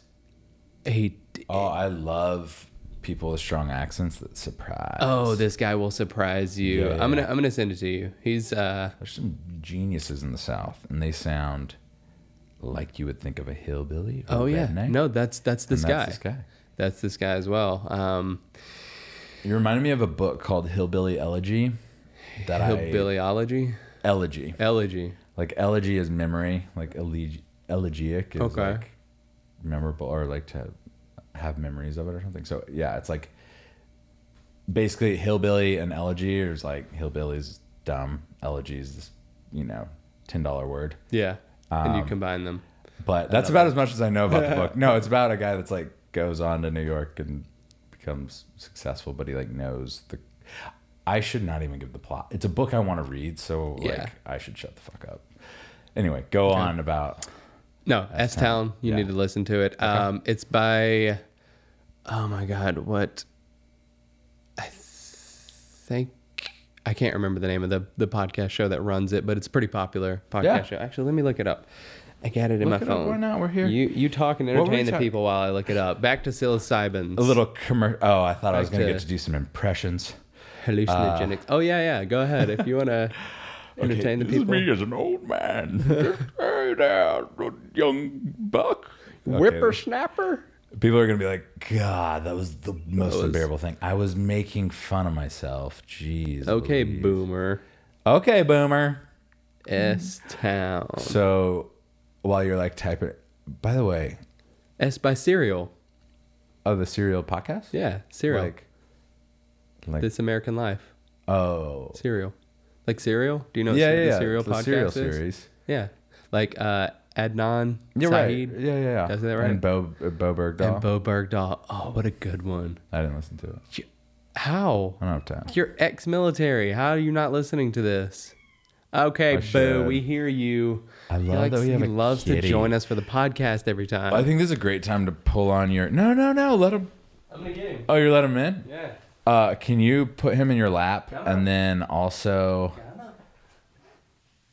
Speaker 2: he
Speaker 3: Oh, I love people with strong accents that surprise.
Speaker 2: oh, this guy will surprise you.
Speaker 3: Yeah.
Speaker 2: I'm going to I'm going to send it to you. He's uh
Speaker 3: there's some geniuses in the South, and they sound like you would think of a hillbilly. Or
Speaker 2: oh
Speaker 3: a
Speaker 2: yeah.
Speaker 3: redneck.
Speaker 2: No, that's that's this
Speaker 3: And
Speaker 2: guy.
Speaker 3: that's this guy.
Speaker 2: That's this guy as well. Um
Speaker 3: You reminded me of a book called Hillbilly Elegy. That I
Speaker 2: Hillbillyology?
Speaker 3: elegy.
Speaker 2: Elegy.
Speaker 3: Like elegy is memory. Like elegi- elegiac is
Speaker 2: Okay.
Speaker 3: like memorable or like to have memories of it or something. So yeah, it's like basically hillbilly and elegy is like hillbilly's dumb, elegy is this, you know, ten dollar word.
Speaker 2: Yeah. and
Speaker 3: Um,
Speaker 2: you combine them.
Speaker 3: But that's about as much as I know about the book. No, it's about a guy that's like goes on to New York and becomes successful, but he like knows the. I should not even give the plot. It's a book I want to read, so
Speaker 2: Yeah.
Speaker 3: like I should shut the fuck up. Anyway, go on about.
Speaker 2: No, S Town. You
Speaker 3: Yeah.
Speaker 2: need to listen to it. Um, it's by, oh my God, what? I think I can't remember the name of the the podcast show that runs it, but it's a pretty popular podcast
Speaker 3: Yeah.
Speaker 2: show. Actually, let me look it up. I got it
Speaker 3: Look
Speaker 2: in my
Speaker 3: it up.
Speaker 2: phone.
Speaker 3: Why not? We're here.
Speaker 2: You you talk and
Speaker 3: were we
Speaker 2: entertain the
Speaker 3: talk-
Speaker 2: people while I look it up. Back to psilocybin.
Speaker 3: A little commercial. Oh, I thought I was
Speaker 2: Back
Speaker 3: going to
Speaker 2: to-
Speaker 3: get to do some impressions.
Speaker 2: hallucinogenic.
Speaker 3: uh,
Speaker 2: oh yeah, yeah. Go ahead if you want to entertain the people.
Speaker 3: as an old man. hey there, young buck.
Speaker 2: Whippersnapper.
Speaker 3: People are gonna be like, God, that was the most
Speaker 2: was-
Speaker 3: unbearable thing. I was making fun of myself. Jeez.
Speaker 2: Okay,
Speaker 3: Louise.
Speaker 2: boomer.
Speaker 3: Okay, boomer.
Speaker 2: S Town.
Speaker 3: So while you're like typing, by the way,
Speaker 2: S by cereal.
Speaker 3: oh, the serial podcast.
Speaker 2: Yeah, cereal.
Speaker 3: Like, like
Speaker 2: this American Life.
Speaker 3: oh,
Speaker 2: Cereal. Like cereal? Do you know what
Speaker 3: yeah,
Speaker 2: ce-
Speaker 3: yeah,
Speaker 2: the
Speaker 3: yeah.
Speaker 2: cereal
Speaker 3: it's the
Speaker 2: podcast
Speaker 3: serial
Speaker 2: is?
Speaker 3: series.
Speaker 2: Yeah. Like uh Adnan
Speaker 3: You're
Speaker 2: Saeed
Speaker 3: right. Yeah, yeah, yeah.
Speaker 2: Is that right?
Speaker 3: And Bo uh, Bo Bergdahl.
Speaker 2: and Bo Bergdahl. Oh, what a good one.
Speaker 3: I didn't listen to it.
Speaker 2: You- How?
Speaker 3: I don't have time.
Speaker 2: You're ex-military. How are you not listening to this? Okay,
Speaker 3: I
Speaker 2: boo,
Speaker 3: should.
Speaker 2: we hear you.
Speaker 3: I
Speaker 2: He
Speaker 3: love
Speaker 2: likes-
Speaker 3: that we have
Speaker 2: he
Speaker 3: a
Speaker 2: loves to
Speaker 3: kitty.
Speaker 2: join us for the podcast every time.
Speaker 3: I think this is a great time to pull on your. No, no, no. Let him.
Speaker 2: I'm gonna get him.
Speaker 3: Oh, you're let him in.
Speaker 2: Yeah.
Speaker 3: Uh, can you put him in your lap
Speaker 2: Got it.
Speaker 3: and then also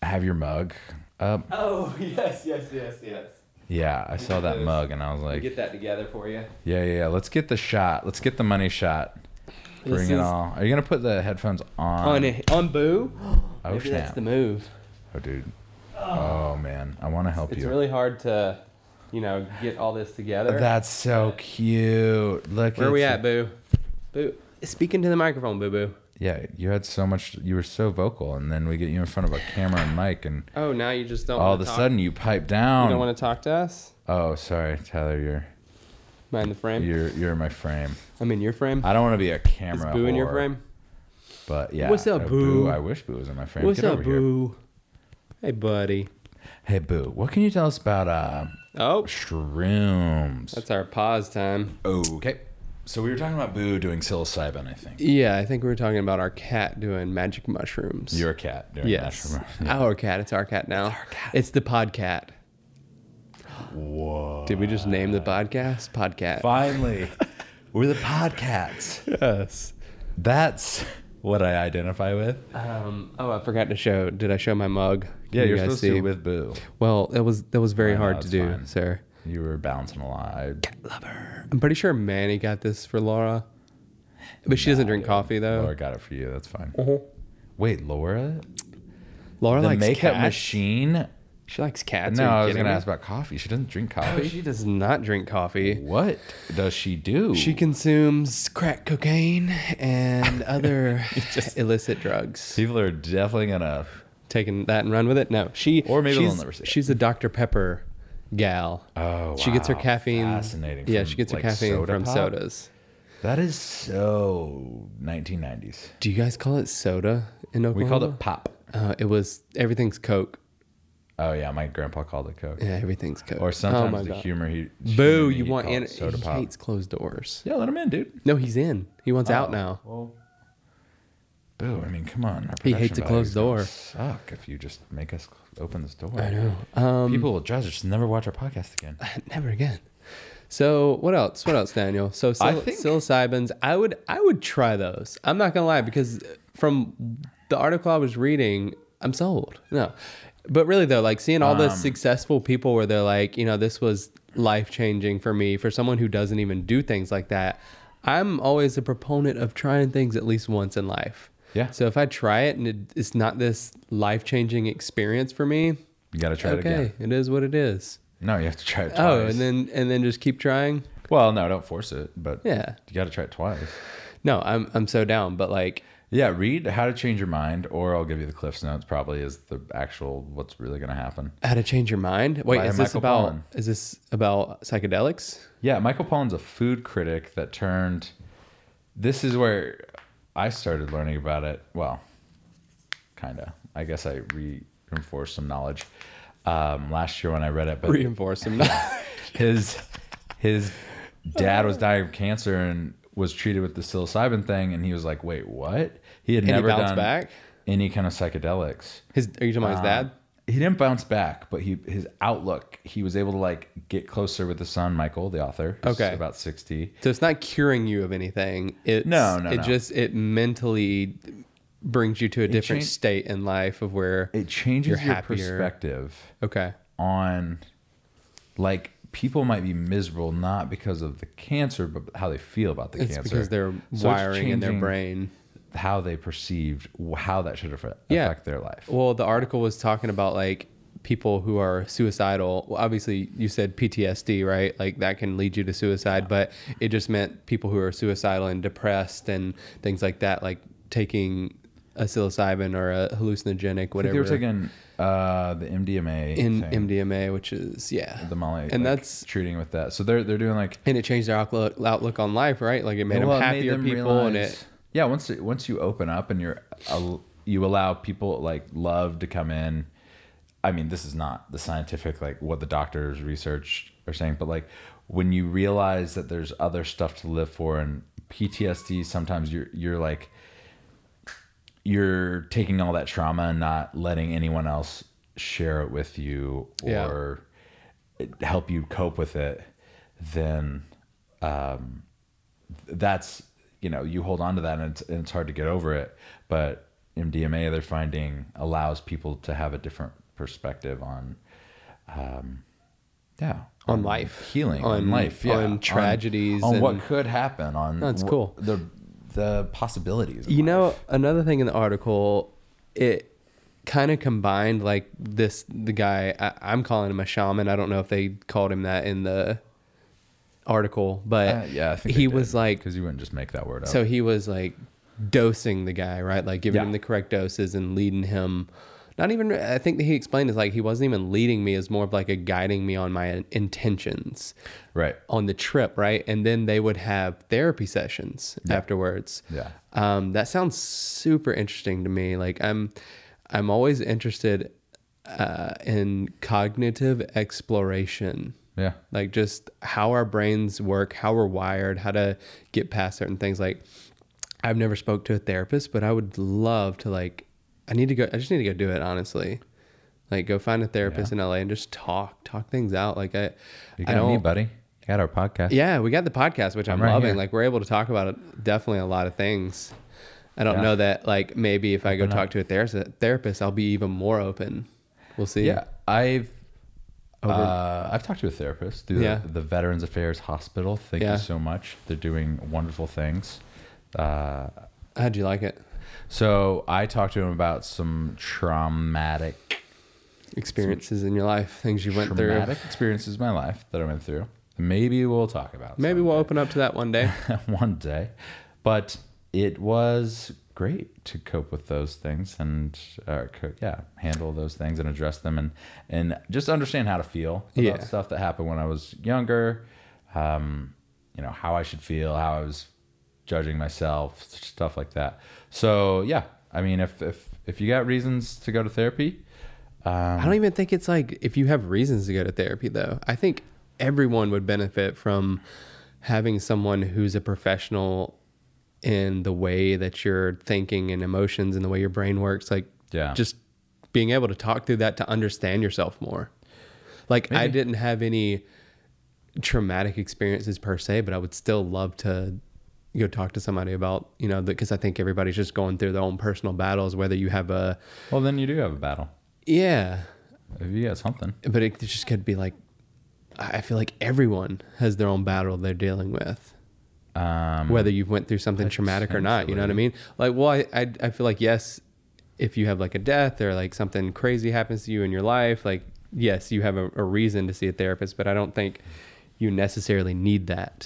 Speaker 3: have your mug up?
Speaker 2: Oh yes, yes, yes, yes.
Speaker 3: Yeah, I saw that
Speaker 2: those.
Speaker 3: mug and I was like,
Speaker 2: that together for you.
Speaker 3: yeah, yeah, yeah. Let's get the shot. Let's get the money shot. Bring
Speaker 2: This
Speaker 3: it
Speaker 2: is-
Speaker 3: all. Are you gonna put the headphones on?
Speaker 2: on it on Boo.
Speaker 3: Oh,
Speaker 2: Maybe that's
Speaker 3: snap.
Speaker 2: the move.
Speaker 3: Oh, dude. Oh man, I want to help
Speaker 2: It's
Speaker 3: you.
Speaker 2: really hard to, you know, get all this together.
Speaker 3: That's so cute. Look.
Speaker 2: Where are we
Speaker 3: you.
Speaker 2: at, Boo? Boo, speaking to the microphone, Boo Boo.
Speaker 3: Yeah, you had so much. You were so vocal, and then we get you in front of a camera and mic, and
Speaker 2: Oh, now you just don't.
Speaker 3: all of
Speaker 2: wanna
Speaker 3: a
Speaker 2: talk.
Speaker 3: sudden you pipe
Speaker 2: you
Speaker 3: down.
Speaker 2: don't want to talk to us.
Speaker 3: oh, sorry, Tyler. You're
Speaker 2: Mind the frame.
Speaker 3: you're you're in my frame.
Speaker 2: I'm in your frame.
Speaker 3: I don't want to be a
Speaker 2: Is
Speaker 3: camera.
Speaker 2: Boo in your
Speaker 3: whore,
Speaker 2: frame?
Speaker 3: But yeah.
Speaker 2: What's up,
Speaker 3: no,
Speaker 2: Boo?
Speaker 3: I wish Boo was in my frame.
Speaker 2: What's
Speaker 3: Get
Speaker 2: up,
Speaker 3: over Here.
Speaker 2: Boo? Hey, buddy.
Speaker 3: Hey, Boo. What can you tell us about uh,
Speaker 2: Oh,
Speaker 3: shrooms?
Speaker 2: that's our pause time.
Speaker 3: okay. So we were talking about Boo doing psilocybin, I think.
Speaker 2: Yeah, I think we were talking about our cat doing magic mushrooms.
Speaker 3: Your cat doing
Speaker 2: yes,
Speaker 3: mushroom-
Speaker 2: our cat. It's our cat now. It's, the podcat.
Speaker 3: Whoa.
Speaker 2: Did we just name the podcast? Podcat.
Speaker 3: Finally, we're the podcats.
Speaker 2: Yes.
Speaker 3: That's what I identify with.
Speaker 2: Um, oh, I forgot to show. Did I show my mug? Can
Speaker 3: Yeah,
Speaker 2: you
Speaker 3: you're
Speaker 2: guys
Speaker 3: supposed to
Speaker 2: see?
Speaker 3: to with Boo.
Speaker 2: Well, that was that was very
Speaker 3: I know,
Speaker 2: hard to
Speaker 3: it's
Speaker 2: do,
Speaker 3: fine.
Speaker 2: sir.
Speaker 3: You were bouncing a lot. I-
Speaker 2: I'm pretty sure Manny got this for Laura, but she doesn't drink coffee though.
Speaker 3: Oh.
Speaker 2: Mm-hmm.
Speaker 3: Laura got it for you. That's fine. Wait, Laura?
Speaker 2: Laura
Speaker 3: The
Speaker 2: likes
Speaker 3: makeup
Speaker 2: cats.
Speaker 3: machine?
Speaker 2: She likes cats.
Speaker 3: No,
Speaker 2: are you
Speaker 3: I was
Speaker 2: kidding
Speaker 3: going to
Speaker 2: me?
Speaker 3: ask about coffee. She doesn't drink
Speaker 2: Oh,
Speaker 3: coffee.
Speaker 2: she does not drink coffee.
Speaker 3: What does she do?
Speaker 2: She consumes crack cocaine and other illicit drugs.
Speaker 3: People are definitely gonna.
Speaker 2: Taking that and run with it. No, she
Speaker 3: Or maybe they'll
Speaker 2: she's,
Speaker 3: never see it.
Speaker 2: she's a Dr Pepper gal.
Speaker 3: Oh,
Speaker 2: she gets her
Speaker 3: wow.
Speaker 2: caffeine.
Speaker 3: Fascinating.
Speaker 2: Yeah,
Speaker 3: From,
Speaker 2: she gets her
Speaker 3: like,
Speaker 2: caffeine
Speaker 3: soda
Speaker 2: from
Speaker 3: pop?
Speaker 2: sodas.
Speaker 3: That is so 1990s.
Speaker 2: Do you guys call it soda in Oklahoma?
Speaker 3: We called it pop.
Speaker 2: Uh, it was everything's Coke.
Speaker 3: Oh yeah, my grandpa called it Coke.
Speaker 2: Yeah, everything's Coke. Oh
Speaker 3: Or sometimes
Speaker 2: my
Speaker 3: the
Speaker 2: God.
Speaker 3: humor he
Speaker 2: Boo!
Speaker 3: humor
Speaker 2: You
Speaker 3: he'd
Speaker 2: want
Speaker 3: call it
Speaker 2: in?
Speaker 3: soda
Speaker 2: he
Speaker 3: pop.
Speaker 2: hates closed doors.
Speaker 3: Yeah, let him in, dude. Oh,
Speaker 2: No, he's in. He wants out now.
Speaker 3: Well, boo! I mean, come on. Our
Speaker 2: He hates
Speaker 3: production
Speaker 2: a closed
Speaker 3: value's gonna Suck if you just make us cl- open this door. I know.
Speaker 2: Um,
Speaker 3: People will judge us. Just never watch our podcast again.
Speaker 2: Never again. So what else? What else, Daniel? So
Speaker 3: I
Speaker 2: psil-
Speaker 3: think-
Speaker 2: psilocybins, I would I would try those. I'm not gonna lie because from the article I was reading, I'm sold. No, but really though, like seeing all
Speaker 3: Um.
Speaker 2: the successful people where they're like, you know, this was life changing for me. For someone who doesn't even do things like that, I'm always a proponent of trying things at least once in life.
Speaker 3: Yeah.
Speaker 2: So if I try it and it, it's not this life changing experience for me,
Speaker 3: You gotta try it again.
Speaker 2: okay, it is what it is.
Speaker 3: No, you have to try it twice.
Speaker 2: Oh, and then and then just keep trying.
Speaker 3: well, no, don't force it. But
Speaker 2: Yeah.
Speaker 3: you gotta try it twice.
Speaker 2: No, I'm I'm so down, but like
Speaker 3: Yeah, read How to Change Your Mind, or I'll give you the Cliff's Notes. Probably is the actual what's really gonna happen.
Speaker 2: how to change your mind. Wait,
Speaker 3: By
Speaker 2: is this
Speaker 3: Michael
Speaker 2: about
Speaker 3: Pollan.
Speaker 2: is this about psychedelics?
Speaker 3: Yeah, Michael Pollan's a food critic that turned. This is where I started learning about it. Well, kind of. I guess I reinforced some knowledge um, last year when I read it. But
Speaker 2: Reinforce them.
Speaker 3: his his dad was dying of cancer and was treated with the psilocybin thing, and he was like, "Wait, what?" He had
Speaker 2: he
Speaker 3: never
Speaker 2: bounced
Speaker 3: done
Speaker 2: back?
Speaker 3: any kind of psychedelics.
Speaker 2: His are you talking about his dad?
Speaker 3: Uh, He didn't bounce back, but he his outlook, he was able to like get closer with his son Michael, the author. who's
Speaker 2: Okay.
Speaker 3: about sixty.
Speaker 2: So it's not curing you of anything. It's
Speaker 3: No, no,
Speaker 2: It
Speaker 3: no.
Speaker 2: just it mentally brings you to a different
Speaker 3: changed-
Speaker 2: state in life of where
Speaker 3: It changes
Speaker 2: You're
Speaker 3: your
Speaker 2: happier.
Speaker 3: perspective
Speaker 2: okay.
Speaker 3: on like people might be miserable not because of the cancer, but how they feel about the
Speaker 2: It's
Speaker 3: cancer.
Speaker 2: because they're
Speaker 3: So it's
Speaker 2: wiring in their
Speaker 3: changing
Speaker 2: brain.
Speaker 3: how they perceived wh- how that should affect,
Speaker 2: Yeah.
Speaker 3: affect their life.
Speaker 2: Well, the article was talking about like people who are suicidal. Well, obviously, you said PTSD, right? Like that can lead you to suicide, but it just meant people who are suicidal and depressed and things like that, like taking a psilocybin or a hallucinogenic,
Speaker 3: I think they
Speaker 2: whatever,
Speaker 3: were taking uh, the MDMA
Speaker 2: in
Speaker 3: thing,
Speaker 2: MDMA, which is yeah,
Speaker 3: the Molly,
Speaker 2: and
Speaker 3: like,
Speaker 2: that's
Speaker 3: treating with that. So they're they're doing like
Speaker 2: and it changed their outlook, outlook on life, right? Like it made
Speaker 3: Well,
Speaker 2: them
Speaker 3: it made
Speaker 2: happier
Speaker 3: them
Speaker 2: people, and
Speaker 3: realize-
Speaker 2: it
Speaker 3: yeah once it, once you open up and you're al- you allow people like love to come in i mean this is not the scientific like what the doctors research are saying but like when you realize that there's other stuff to live for and ptsd sometimes you're you're like you're taking all that trauma and not letting anyone else share it with you
Speaker 2: Yeah.
Speaker 3: or help you cope with it then that's you know you hold on to that and it's, and it's hard to get over it but mdma they're finding allows people to have a different perspective on um yeah
Speaker 2: On life.
Speaker 3: healing on,
Speaker 2: On-
Speaker 3: life yeah
Speaker 2: on tragedies
Speaker 3: on, what
Speaker 2: and-
Speaker 3: could happen on
Speaker 2: That's
Speaker 3: wh-
Speaker 2: cool.
Speaker 3: the the possibilities in
Speaker 2: You know,
Speaker 3: life.
Speaker 2: another thing in the article, it kind of combined like this the guy I, I'm calling him a shaman. I don't know if they called him that in the article, but
Speaker 3: Uh, yeah I think
Speaker 2: he was like
Speaker 3: because you wouldn't just make that word up
Speaker 2: so he was like dosing the guy, right? Like giving
Speaker 3: Yeah.
Speaker 2: him the correct doses and leading him. Not even. I think that he explained is like he wasn't even leading me. It's more of like a guiding me on my intentions
Speaker 3: right
Speaker 2: on the trip, right? And then they would have therapy sessions afterwards.
Speaker 3: Yeah.
Speaker 2: Um, that sounds super interesting to me. Like I'm, I'm always interested uh, in cognitive exploration.
Speaker 3: yeah
Speaker 2: Like just how our brains work, how we're wired, how to get past certain things. Like I've never spoke to a therapist, but I would love to like. I need to go. I just need to go do it. Honestly, like go find a therapist in LA and just talk, talk things out. Like I,
Speaker 3: you
Speaker 2: I
Speaker 3: got me
Speaker 2: don't.
Speaker 3: buddy you got our podcast
Speaker 2: Yeah, we got the podcast, which I'm,
Speaker 3: I'm right
Speaker 2: loving.
Speaker 3: here.
Speaker 2: Like we're able to talk about it, definitely a lot of things. I don't
Speaker 3: Yeah.
Speaker 2: know that like maybe if I go
Speaker 3: Open
Speaker 2: talk
Speaker 3: up.
Speaker 2: to a therapist, therapist, I'll be even more open. We'll see.
Speaker 3: Yeah, I've uh, I've talked to a therapist through
Speaker 2: Oh, Yeah.
Speaker 3: the, the Veterans Affairs Hospital. Thank
Speaker 2: Yeah.
Speaker 3: you so much. They're doing wonderful things. Uh,
Speaker 2: How'd you like it?
Speaker 3: so I talked to him about some traumatic,
Speaker 2: Experiences in your life, things you went through.
Speaker 3: traumatic experiences in my life that I went through. Maybe we'll talk about.
Speaker 2: Maybe we'll open up to that one day.
Speaker 3: someday- one day, but it was great to cope with those things and uh, co- yeah, handle those things and address them and and just understand how to feel about
Speaker 2: Yeah.
Speaker 3: stuff that happened when I was younger. Um, you know how I should feel, how I was judging myself, stuff like that. So yeah, I mean, if if If you got reasons to go to therapy,
Speaker 2: I don't even think it's like if you have reasons to go to therapy, though. I think everyone would benefit from having someone who's a professional in the way that you're thinking and emotions and the way your brain works. Like,
Speaker 3: Yeah.
Speaker 2: just being able to talk through that to understand yourself more. Like, I didn't have any traumatic experiences per se, but I would still love to go talk to somebody about, you know, because I think everybody's just going through their own personal battles, whether you have a,
Speaker 3: well, then you do have a battle.
Speaker 2: yeah,
Speaker 3: If you got something,
Speaker 2: but it just could be like i I feel like everyone has their own battle they're dealing with
Speaker 3: um,
Speaker 2: whether you've went through something traumatic or not you know what i mean like well I, I i feel like yes if you have like a death or like something crazy happens to you in your life like yes you have a, a reason to see a therapist but i don't think you necessarily need that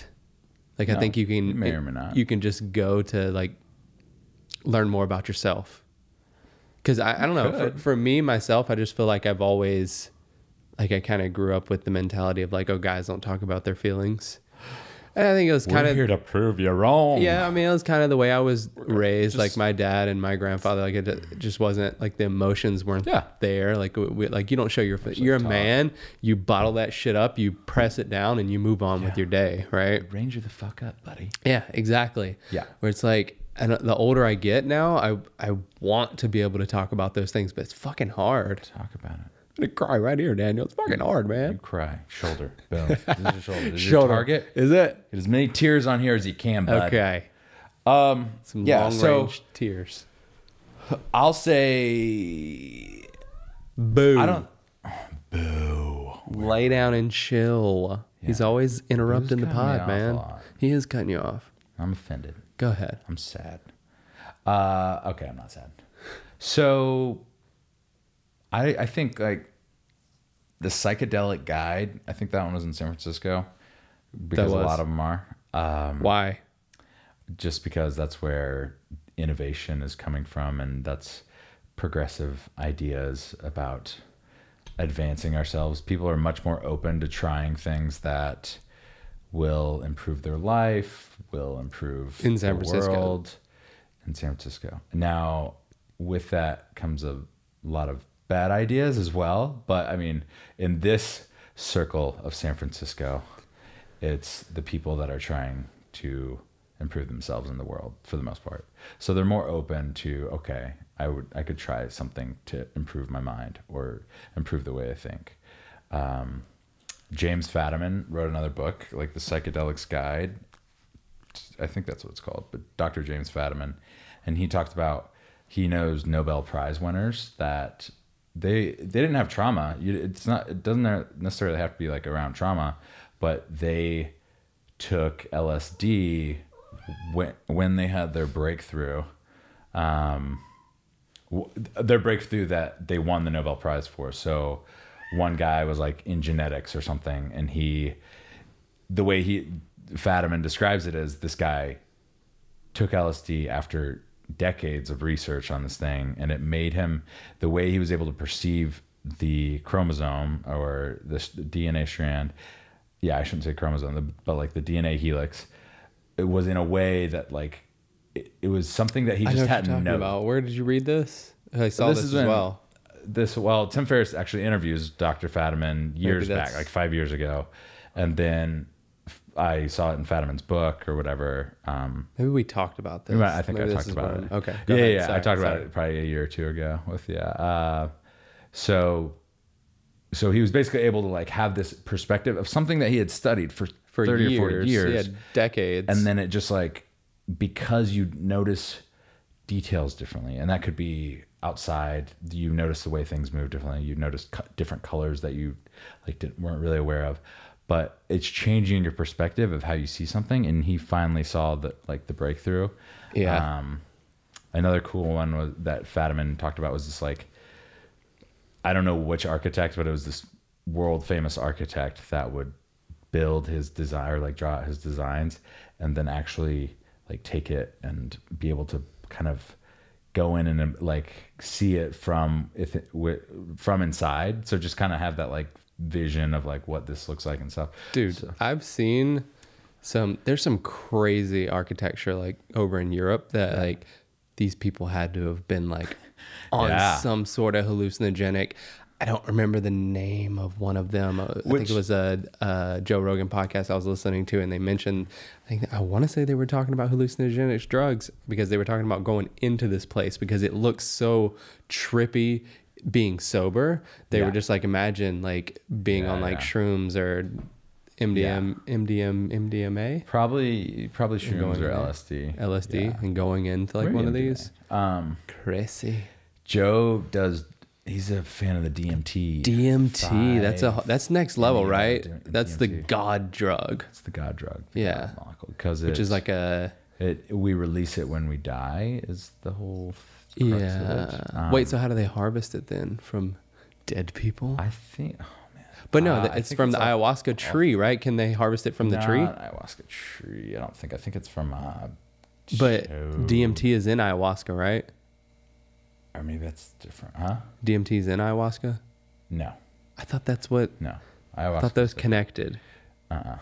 Speaker 2: like i
Speaker 3: No,
Speaker 2: think you can
Speaker 3: you may or may not.
Speaker 2: you can just go to like learn more about yourself because I, I don't know for,
Speaker 3: could.
Speaker 2: for me myself i just feel like i've always like i kind of grew up with the mentality of like oh guys don't talk about their feelings and i think it was kind of
Speaker 3: to prove you wrong.
Speaker 2: yeah i mean it was kind of the way i was raised like
Speaker 3: just-
Speaker 2: my dad and my grandfather like it ju- just wasn't like the emotions weren't
Speaker 3: Yeah.
Speaker 2: there like we- we, like you don't show your fe- you're a
Speaker 3: talk.
Speaker 2: man you bottle that shit up you press it down and you move on with your day right
Speaker 3: Ranger the fuck up, buddy.
Speaker 2: yeah, exactly.
Speaker 3: Yeah.
Speaker 2: Where it's like, and uh, the older I get now, I I want to be able to talk about those things, but it's fucking hard.
Speaker 3: Talk about it.
Speaker 2: I'm gonna cry right here, Daniel. It's fucking hard,
Speaker 3: You
Speaker 2: man.
Speaker 3: cry. Shoulder. Boom. This is your shoulder. This is
Speaker 2: Shoulder.
Speaker 3: your target.
Speaker 2: Is it?
Speaker 3: Get as many tears on here as you can, bud.
Speaker 2: Okay.
Speaker 3: Um,
Speaker 2: Some
Speaker 3: yeah,
Speaker 2: long
Speaker 3: so
Speaker 2: range tears.
Speaker 3: I'll say
Speaker 2: Boo.
Speaker 3: I don't.
Speaker 2: lay down and chill. He's always interrupting the
Speaker 3: cutting me
Speaker 2: pod,
Speaker 3: off a
Speaker 2: man.
Speaker 3: lot.
Speaker 2: He is cutting you off.
Speaker 3: I'm offended.
Speaker 2: Go ahead.
Speaker 3: I'm sad. Uh, okay, I'm not sad. So, I I think like the psychedelic guide. I think that one was in San Francisco because a
Speaker 2: was.
Speaker 3: lot of them are. Um,
Speaker 2: Why?
Speaker 3: just because that's where innovation is coming from, and that's progressive ideas about advancing ourselves. People are much more open to trying things that will improve their life, will improve
Speaker 2: In San
Speaker 3: the
Speaker 2: Francisco.
Speaker 3: world in San Francisco. Now, with that comes a lot of bad ideas as well. But I mean, in this circle of San Francisco, it's the people that are trying to improve themselves in the world for the most part. So they're more open to okay, I would I could try something to improve my mind or improve the way I think. Um, James Fadiman wrote another book, like the Psychedelics Guide, I think that's what it's called, but Dr. James Fadiman, and he talked about he knows Nobel Prize winners that they they didn't have trauma. You- It's not it doesn't necessarily have to be like around trauma, but they took LSD when when they had their breakthrough. Um, w- their breakthrough that they won the Nobel Prize for. So one guy was like in genetics or something, and he the way he Fadiman describes it is this guy took LSD after decades of research on this thing, and it made him the way he was able to perceive the chromosome or the s- DNA strand. Yeah, I shouldn't say chromosome, the- but like the DNA helix, it was in a way that like it, it was something that he
Speaker 2: I know
Speaker 3: just
Speaker 2: what you're talking
Speaker 3: hadn't known.
Speaker 2: about. Where did you read this? Oh, I saw this, as
Speaker 3: when-
Speaker 2: well.
Speaker 3: This well, Tim Ferriss actually interviews Dr. Fadiman years back,
Speaker 2: that's-
Speaker 3: like five years ago, and then f- I saw it in Fadiman's book or whatever. Um,
Speaker 2: Maybe we talked about this.
Speaker 3: I think
Speaker 2: Maybe
Speaker 3: I
Speaker 2: this
Speaker 3: talked
Speaker 2: is
Speaker 3: about
Speaker 2: when-
Speaker 3: it.
Speaker 2: Okay. go
Speaker 3: Yeah,
Speaker 2: ahead.
Speaker 3: yeah, I
Speaker 2: Sorry,
Speaker 3: talked about
Speaker 2: sorry.
Speaker 3: it probably a year or two ago with yeah. Uh, so, so he was basically able to like have this perspective of something that he had studied for,
Speaker 2: for
Speaker 3: thirty
Speaker 2: years,
Speaker 3: or forty years,
Speaker 2: yeah, decades.
Speaker 3: and then it just like because you notice details differently and that could be outside you notice the way things move differently you notice co- different colors that you like didn't, weren't really aware of but it's changing your perspective of how you see something and he finally saw the like the breakthrough
Speaker 2: Yeah.
Speaker 3: um another cool one was that fadiman talked about was this like I don't know which architect, but it was this world famous architect that would build his desire, like draw out his designs, and then actually like take it and be able to kind of go in and um, like see it from if it, wi- from inside. So just kind of have that like vision of like what this looks like and stuff.
Speaker 2: dude,
Speaker 3: So-
Speaker 2: I've seen some. There's some crazy architecture like over in Europe that like these people had to have been like on
Speaker 3: Yeah.
Speaker 2: some sort of hallucinogenic. I don't remember the name of one of them. Uh, I think
Speaker 3: Which-
Speaker 2: it was a, a Joe Rogan podcast I was listening to, and they mentioned. I think I want to say they were talking about hallucinogenic drugs because they were talking about going into this place because it looks so trippy. Being sober, they
Speaker 3: Yeah.
Speaker 2: were just like imagine like being
Speaker 3: Yeah,
Speaker 2: on like
Speaker 3: yeah.
Speaker 2: shrooms or MDM, MDM, MDMA,
Speaker 3: Probably, probably shrooms
Speaker 2: Going
Speaker 3: or
Speaker 2: there.
Speaker 3: LSD.
Speaker 2: LSD,
Speaker 3: Yeah.
Speaker 2: and going into like
Speaker 3: Maybe
Speaker 2: one of
Speaker 3: MDMA.
Speaker 2: these.
Speaker 3: Um,
Speaker 2: Crazy.
Speaker 3: Joe does. He's a fan of the DMT.
Speaker 2: DMT. That's a
Speaker 3: Five.
Speaker 2: that's next level,
Speaker 3: Yeah,
Speaker 2: right?
Speaker 3: D-
Speaker 2: That's the
Speaker 3: DMT.
Speaker 2: god drug,
Speaker 3: It's the God drug.
Speaker 2: Yeah.
Speaker 3: because
Speaker 2: which is like a
Speaker 3: it. We release it when we die. Is the whole. crux of it.
Speaker 2: yeah.
Speaker 3: Um,
Speaker 2: Wait, so how do they harvest it then from dead people?
Speaker 3: I think. Oh man.
Speaker 2: but no,
Speaker 3: Uh,
Speaker 2: th-
Speaker 3: I
Speaker 2: it's
Speaker 3: think
Speaker 2: from the
Speaker 3: off-
Speaker 2: ayahuasca
Speaker 3: off-
Speaker 2: tree, right? Can they harvest it from the tree?
Speaker 3: Not Ayahuasca tree. I don't think. I think it's from. Uh,
Speaker 2: But
Speaker 3: Joe-
Speaker 2: DMT is in ayahuasca, right?
Speaker 3: Or maybe that's different. Huh?
Speaker 2: DMT is in ayahuasca.
Speaker 3: No.
Speaker 2: I thought that's what
Speaker 3: No.
Speaker 2: I
Speaker 3: Ayahuasca.
Speaker 2: thought those connected.
Speaker 3: Uh.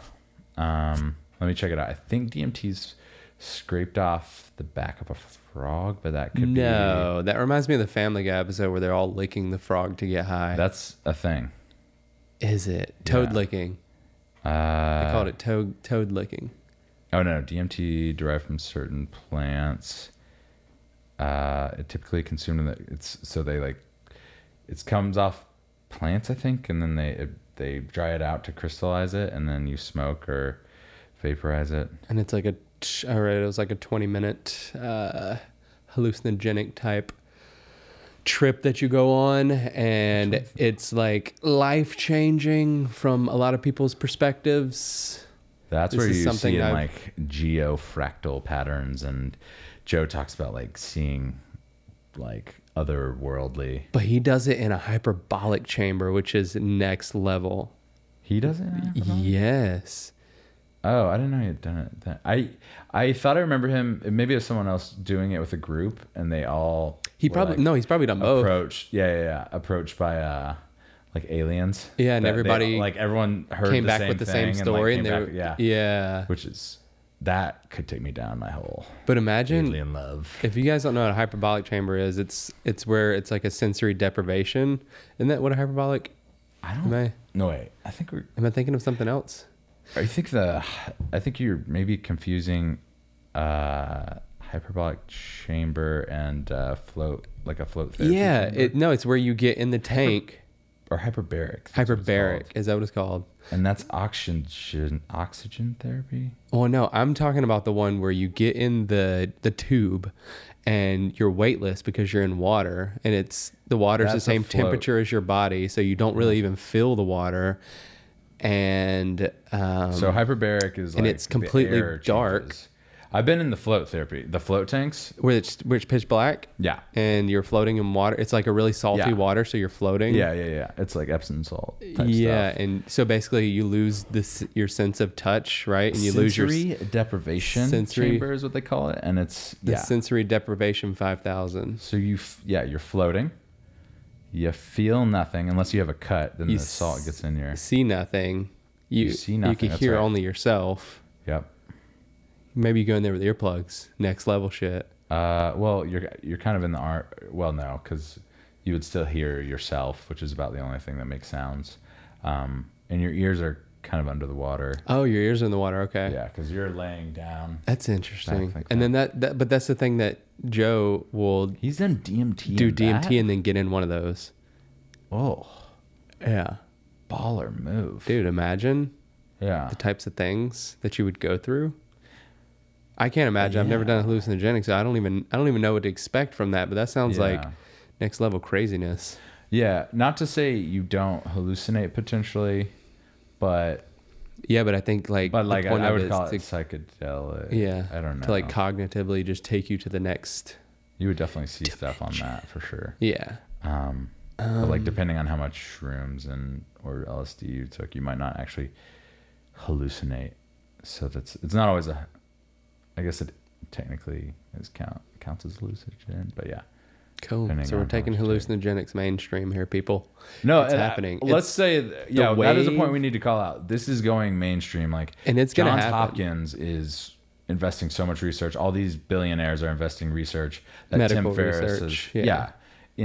Speaker 3: uh Um. Let me check it out. I think DMT's scraped off the back of a frog, but that could
Speaker 2: No, that reminds me of the Family Guy episode where they're all licking the frog to get high.
Speaker 3: be. That's a thing.
Speaker 2: Is it toad
Speaker 3: Yeah.
Speaker 2: licking?
Speaker 3: Uh,
Speaker 2: I called it toad toad licking.
Speaker 3: Oh no, DMT derived from certain plants. Uh, it typically consumed in the it's so they like it comes off plants, I think, and then they it, they dry it out to crystallize it, and then you smoke or vaporize it.
Speaker 2: and it's like a t- I read it was like a 20 minute uh, hallucinogenic type trip that you go on and it's like life changing from a lot of people's perspectives
Speaker 3: That's
Speaker 2: This
Speaker 3: where
Speaker 2: is
Speaker 3: you
Speaker 2: something
Speaker 3: see in
Speaker 2: I've-
Speaker 3: like geofractal patterns, and Joe talks about like seeing like otherworldly.
Speaker 2: but he does it in a hyperbolic chamber which is next level
Speaker 3: He doesn't.
Speaker 2: yes
Speaker 3: Oh, I didn't know he had done it. Then. I I thought I remember him. Maybe it was someone else doing it with a group, and they all
Speaker 2: he
Speaker 3: were,
Speaker 2: probably
Speaker 3: like,
Speaker 2: no he's probably done both
Speaker 3: approached. Yeah, yeah, yeah. Approached by uh, like aliens.
Speaker 2: Yeah, and
Speaker 3: That they-
Speaker 2: everybody
Speaker 3: like everyone heard
Speaker 2: came
Speaker 3: the
Speaker 2: back
Speaker 3: same
Speaker 2: with the
Speaker 3: thing
Speaker 2: same
Speaker 3: and, like,
Speaker 2: story
Speaker 3: came
Speaker 2: and, they
Speaker 3: back-
Speaker 2: were,
Speaker 3: yeah,
Speaker 2: yeah
Speaker 3: which is that could take me down my hole
Speaker 2: but imagine
Speaker 3: alien love.
Speaker 2: If you guys don't know what a hyperbolic chamber is, it's it's where it's like a sensory deprivation. Isn't that what a hyperbolic?
Speaker 3: I
Speaker 2: Am
Speaker 3: don't.
Speaker 2: I
Speaker 3: No wait, I think we're.
Speaker 2: am I thinking of something else?
Speaker 3: I think the. I think you're maybe confusing, uh, hyperbolic chamber and uh, float like a float therapy.
Speaker 2: yeah,
Speaker 3: chamber.
Speaker 2: it, no, it's where you get in the tank.
Speaker 3: or hyperbaric. that's what it's
Speaker 2: hyperbaric
Speaker 3: called.
Speaker 2: is that what it's called?
Speaker 3: and that's oxygen oxygen therapy.
Speaker 2: Oh no, I'm talking about the one where you get in the the tube, and you're weightless because you're in water, and it's the water's the
Speaker 3: That's a
Speaker 2: same
Speaker 3: float. Mm-hmm.
Speaker 2: temperature as your body, so you don't really even feel the water, and um,
Speaker 3: so hyperbaric is
Speaker 2: and
Speaker 3: like
Speaker 2: it's
Speaker 3: the
Speaker 2: completely
Speaker 3: air
Speaker 2: dark.
Speaker 3: changes. I've been in the float therapy, the float tanks.
Speaker 2: where it's where it's pitch black.
Speaker 3: Yeah,
Speaker 2: and you're floating in water. It's like a really salty
Speaker 3: Yeah.
Speaker 2: water, so you're floating.
Speaker 3: yeah, yeah, yeah. It's like Epsom salt. Type
Speaker 2: Mm. yeah.
Speaker 3: stuff.
Speaker 2: And so basically, you lose this your sense of touch, right? And you lose your
Speaker 3: sensory deprivation
Speaker 2: sensory-
Speaker 3: chamber is what they call it, and it's
Speaker 2: the
Speaker 3: yeah.
Speaker 2: sensory deprivation five thousand.
Speaker 3: so you f- yeah you're floating. You feel nothing unless you have a cut. Then
Speaker 2: You
Speaker 3: the salt gets in your.
Speaker 2: See nothing. You,
Speaker 3: You see nothing,
Speaker 2: You can
Speaker 3: that's
Speaker 2: hear
Speaker 3: right.
Speaker 2: only yourself.
Speaker 3: Yep.
Speaker 2: Maybe you go in there with earplugs. Next level shit.
Speaker 3: Uh, well, you're you're kind of in the art. Well, no, because you would still hear yourself, which is about the only thing that makes sounds. Um, and your ears are kind of under the water.
Speaker 2: Oh, your ears are in the water. Okay.
Speaker 3: Yeah, because you're laying down.
Speaker 2: That's interesting.
Speaker 3: think
Speaker 2: And then that, that, but that's the thing that Joe will
Speaker 3: He's done DMT.
Speaker 2: do
Speaker 3: in
Speaker 2: DMT
Speaker 3: That?
Speaker 2: and then get in one of those.
Speaker 3: Whoa,
Speaker 2: Yeah.
Speaker 3: baller move.
Speaker 2: Dude, imagine.
Speaker 3: Yeah.
Speaker 2: the types of things that you would go through. I can't imagine. I've never done hallucinogenic, so I don't even I don't even know what to expect from that. But that sounds like
Speaker 3: Yeah.
Speaker 2: next level craziness.
Speaker 3: Yeah. Not to say you don't hallucinate potentially, but
Speaker 2: Yeah, but I think like
Speaker 3: but like I, I
Speaker 2: of
Speaker 3: would
Speaker 2: is
Speaker 3: call it
Speaker 2: to,
Speaker 3: psychedelic.
Speaker 2: yeah
Speaker 3: I don't know.
Speaker 2: to like cognitively just take you to the next
Speaker 3: you would definitely see stuff on that for sure.
Speaker 2: yeah
Speaker 3: Um, but like depending on how much shrooms and or LSD you took, you might not actually hallucinate. So that's it's not always a. I guess it technically is count counts as hallucinogen, but yeah.
Speaker 2: cool.
Speaker 3: Depending
Speaker 2: So we're
Speaker 3: on how
Speaker 2: taking
Speaker 3: much you take.
Speaker 2: hallucinogenics mainstream here, people.
Speaker 3: No,
Speaker 2: It's
Speaker 3: and I-
Speaker 2: happening.
Speaker 3: let's
Speaker 2: It's
Speaker 3: say th- yeah, that is a point
Speaker 2: wave-
Speaker 3: we need to call out. This is going mainstream, like
Speaker 2: And it's gonna
Speaker 3: Johns
Speaker 2: happen.
Speaker 3: Hopkins is investing so much research. All these billionaires are investing research that
Speaker 2: Medical
Speaker 3: Tim Ferriss
Speaker 2: research,
Speaker 3: is. Yeah.
Speaker 2: yeah.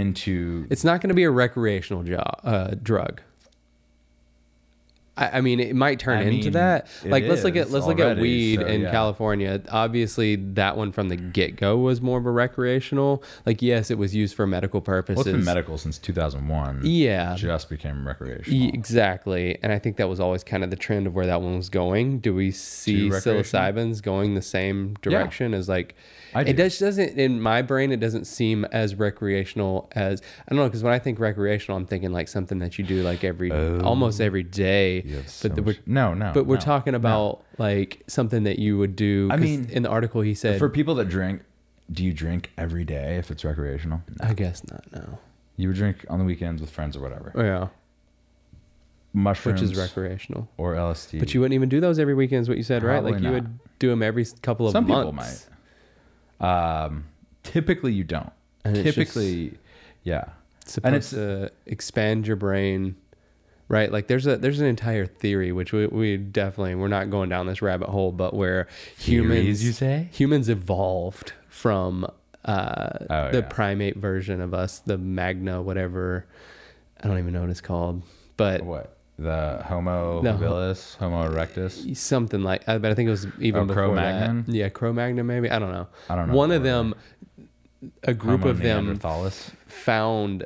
Speaker 3: into
Speaker 2: It's not going to be a recreational jo- uh, drug. I, I mean, it might turn
Speaker 3: I
Speaker 2: into
Speaker 3: mean,
Speaker 2: that.
Speaker 3: it
Speaker 2: Like, let's look
Speaker 3: is
Speaker 2: at let's look at
Speaker 3: already,
Speaker 2: weed
Speaker 3: so,
Speaker 2: in
Speaker 3: yeah.
Speaker 2: California. Obviously, that one from the get go was more of a recreational. Like, yes, it was used for medical purposes.
Speaker 3: well, it's been medical since 2001.
Speaker 2: Yeah.
Speaker 3: just became recreational.
Speaker 2: E- Exactly, and I think that was always kind of the trend of where that one was going. Do we see
Speaker 3: To recreational?
Speaker 2: psilocybins going the same
Speaker 3: Yeah.
Speaker 2: direction as like?
Speaker 3: I
Speaker 2: it
Speaker 3: do.
Speaker 2: just doesn't in my brain. It doesn't seem as recreational as I don't know because when I think recreational, I'm thinking like something that you do like every almost every day.
Speaker 3: Yes,
Speaker 2: but
Speaker 3: Oh. so
Speaker 2: the-
Speaker 3: much-
Speaker 2: we're,
Speaker 3: no, no.
Speaker 2: but we're
Speaker 3: no.
Speaker 2: talking about like something that you would do.
Speaker 3: I
Speaker 2: 'cause
Speaker 3: mean,
Speaker 2: in the article he said,
Speaker 3: for people that drink. Do you drink every day if it's recreational?
Speaker 2: I guess not. No,
Speaker 3: You would drink on the weekends with friends or whatever.
Speaker 2: yeah,
Speaker 3: Mushrooms
Speaker 2: which is recreational.
Speaker 3: or LSD.
Speaker 2: But you wouldn't even do those every weekend, is what you said, right?
Speaker 3: Probably
Speaker 2: Like you
Speaker 3: not.
Speaker 2: would do them every s- couple of
Speaker 3: some
Speaker 2: months.
Speaker 3: people might. Um, typically you don't.
Speaker 2: And it's just-
Speaker 3: typically, yeah.
Speaker 2: supposed
Speaker 3: And it's
Speaker 2: to expand your brain right like there's a there's an entire theory which we, we definitely we're not going down this rabbit hole but where humans
Speaker 3: Theories, you say?
Speaker 2: humans evolved from uh
Speaker 3: Oh,
Speaker 2: the
Speaker 3: yeah.
Speaker 2: primate version of us the magna whatever i don't even know what it's called but
Speaker 3: what the Homo
Speaker 2: The-
Speaker 3: habilis, Homo erectus.
Speaker 2: something like I- but I think it was even
Speaker 3: Oh,
Speaker 2: before
Speaker 3: Cro-Magnon?
Speaker 2: that. Yeah, Cro-Magnon maybe. I don't know.
Speaker 3: I don't know.
Speaker 2: One of them a group
Speaker 3: Homo
Speaker 2: of them
Speaker 3: neanderthalis.
Speaker 2: found